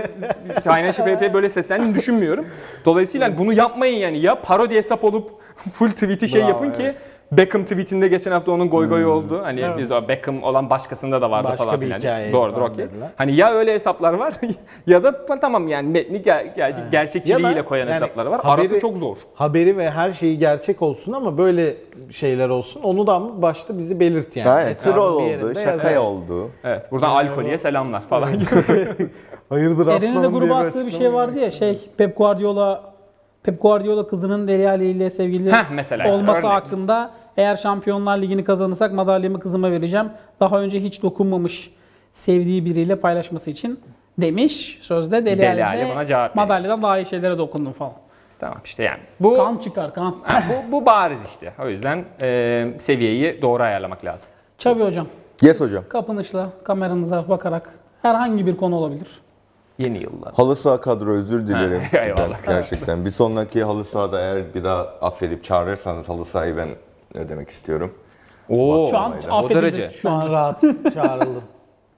D: Financial Fair Play böyle seslendiğini düşünmüyorum. Dolayısıyla bunu yapmayın yani ya parodi hesap olup full tweet'i şey
F: Bravo, Hmm.
D: yapın ki Beckham tweetinde geçen hafta onun goy goyu oldu. Hani
C: Evet.
D: biz o Beckham olan başkasında da vardı
F: Başka
D: falan
F: bir
D: filan.
F: hikaye
D: Doğrudur
F: falan
D: okey.
F: dediler.
D: Hani ya öyle hesaplar var (laughs) ya da tamam yani metni ger- ger- gerçekçiliğiyle
F: Ya da
D: koyan
F: yani
D: hesapları var.
F: haberi-
D: Arası çok zor.
F: Haberi ve her şeyi gerçek olsun ama böyle şeyler olsun. Onu da ama başta bizi belirt yani.
A: Aynen,
F: Hesabın
A: troll
F: bir
A: oldu,
F: yerinde
A: şaka
F: yazar.
A: oldu.
D: Evet. Buradan alkoliye selamlar falan.
F: Hayırdır
C: Eren'in
F: aslanım diye
C: de gruba attığı bir şey
F: açıklama
C: vardı ya şey Pep Guardiola Pep Guardiola kızının Deli Ali ile sevgili
D: Heh, mesela işte,
C: olması
D: örnek.
C: hakkında eğer Şampiyonlar Ligi'ni kazanırsak madalyamı kızıma vereceğim. Daha önce hiç dokunmamış sevdiği biriyle paylaşması için demiş. Sözde Deli,
D: Deli
C: Ali,
D: Ali
C: de
D: buna cevap veriyor.
C: madalyadan daha iyi şeylere dokundum falan.
D: (laughs) tamam işte yani. Bu
C: Kan çıkar kan.
D: Ha, bu, bu bariz işte. O yüzden e, seviyeyi doğru ayarlamak lazım.
C: Çabi hocam
A: Yes hocam.
C: kapınışla kameranıza bakarak herhangi bir konu olabilir.
D: Yeni yıllar.
A: Halı saha kadro
F: (laughs)
A: özür dilerim.
D: Ha,
A: sizden
D: eyvallah.
A: Gerçekten. Bir sonraki halı sahada eğer bir daha affedip çağırırsanız halı sahayı ben ödemek istiyorum.
D: Oo.
C: Şu an
A: Olaydı.
D: O
C: affedildi.
D: derece.
F: Şu an
C: (laughs)
F: rahatsız çağrıldım.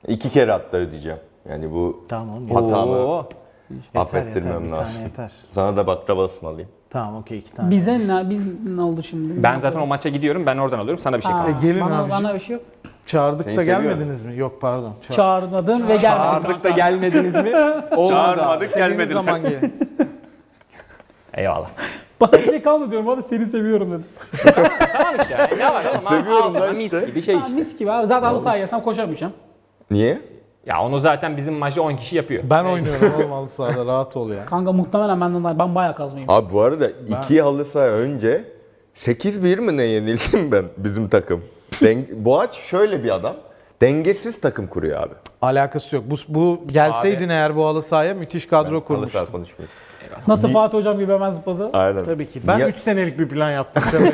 A: İki kere hatta ödeyeceğim. Yani bu
F: Tamam. ya.
A: hatamı
D: Oo.
F: Yeter,
A: affettirmem
F: yeter, bir
A: lazım.
F: tane yeter.
A: Sana da baklava ısmarlayayım.
F: Tamam okey iki tane.
C: Bize ne, biz ne oldu şimdi?
D: Ben zaten o maça gidiyorum. Ben oradan alıyorum. Sana bir şey
C: Aa,
D: kalmadı.
F: gelin
C: bana,
F: abi.
C: Bana bir şey yok.
F: Çağırdık
A: Seni
F: da
A: seviyorum.
F: gelmediniz mi? Yok pardon. Çağır.
C: Çağırmadın ve gelmedin.
D: Çağırdık da gelmediniz (laughs) mi? Olmadı. abi.
A: Çağırmadık gelmediler.
F: Zaman gel.
D: Eyvallah.
C: (laughs) Bana bir şey kalmadı diyorum. Bana seni seviyorum dedim.
D: tamam işte. yani Ne var oğlum?
A: Seviyorum
D: Al sana
A: lan
D: mis
A: işte.
D: gibi şey
C: Ha,
D: işte.
C: mis gibi abi. Zaten halı sahaya gelsem koşamayacağım.
A: Niye?
D: Ya onu zaten bizim maçta 10 kişi yapıyor.
F: Ben oynuyorum oğlum halı sahada rahat ol ya.
C: Kanka muhtemelen benden daha... Ben bayağı kazmayayım.
A: Abi bu arada iki halı saha önce 8-1 mi ne yenildim ben bizim takım? Den- (laughs) Boğaç şöyle bir adam. Dengesiz takım kuruyor abi.
F: Alakası yok. Bu, bu gelseydin eğer bu halı sahaya müthiş kadro
A: Halı saha
F: kurmuştun.
A: konuşmuyor.
C: Nasıl Fatih Hocam gibi hemen zıpladı.
A: Aynen.
F: Tabii ki. Ben
A: Niye-
F: 3 senelik bir plan yaptım. (laughs)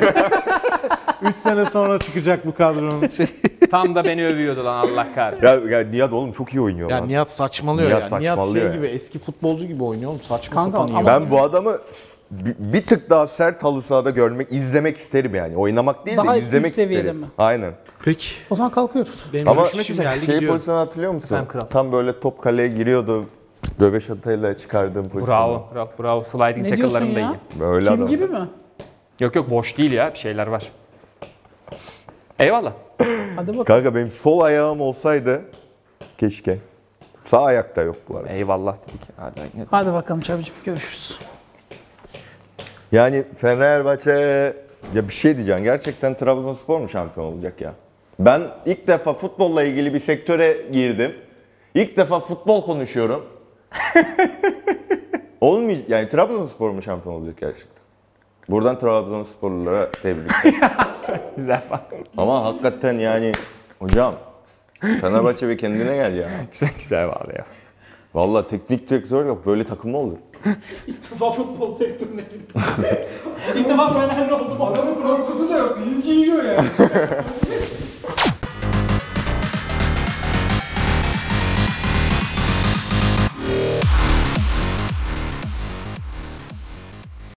F: 3 sene sonra çıkacak bu kadronun şey.
D: Tam da beni övüyordu lan Allah kahretsin.
A: Ya, ya Nihat oğlum çok iyi oynuyor
F: Ya
A: lan.
F: Nihat saçmalıyor
A: Nihat
F: ya. Nihat şey
A: saçmalıyor ya.
F: gibi eski futbolcu gibi oynuyor oğlum. Saçma
C: Kanka
F: sapan
C: ama-
F: iyi.
A: Ben bu adamı s- bi- bir tık daha sert halı sahada görmek, izlemek isterim yani. Oynamak değil
C: Daha
A: de
C: üst
A: izlemek
C: seviyede
A: isterim.
C: mi?
A: Aynen.
F: Peki.
C: O zaman kalkıyoruz.
F: Benim
A: Ama
F: görüşmek üzere.
A: şey
F: Geldi gidiyorum.
A: pozisyonu hatırlıyor musun?
F: Efendim kral.
A: Tam böyle top kaleye giriyordu. Döveş atayla çıkardığım pozisyon.
D: Bravo. Bravo. Bravo. Sliding
C: Ne diyorsun
D: tackle'larım da iyi.
C: ya?
A: Böyle
C: Kim
A: adam.
C: gibi mi?
D: Yok yok boş değil ya. Bir şeyler var. Eyvallah.
C: Hadi bakalım.
A: Kanka benim sol ayağım olsaydı keşke. Sağ ayakta yok bu arada.
D: Eyvallah dedik. Hala ne
C: Hadi bakalım Çabicim görüşürüz.
A: Yani Fenerbahçe ya bir şey diyeceğim. Gerçekten Trabzonspor mu şampiyon olacak ya? Ben ilk defa futbolla ilgili bir sektöre girdim. İlk defa futbol konuşuyorum.
D: (laughs)
A: Olmay yani Trabzonspor mu şampiyon olacak gerçekten? Buradan Trabzonsporlulara tebrik.
D: (laughs) güzel bak.
A: Ama hakikaten yani hocam Fenerbahçe bir kendine gel
D: (laughs)
A: ya.
D: Güzel (laughs) güzel bağlı ya.
A: Valla teknik direktör yok böyle takım mı olur?
C: İttifa futbol sektörüne girdim. (laughs) İttifa Fenerli oldum.
E: Adamın korkusu da yok. İnci yiyor yani.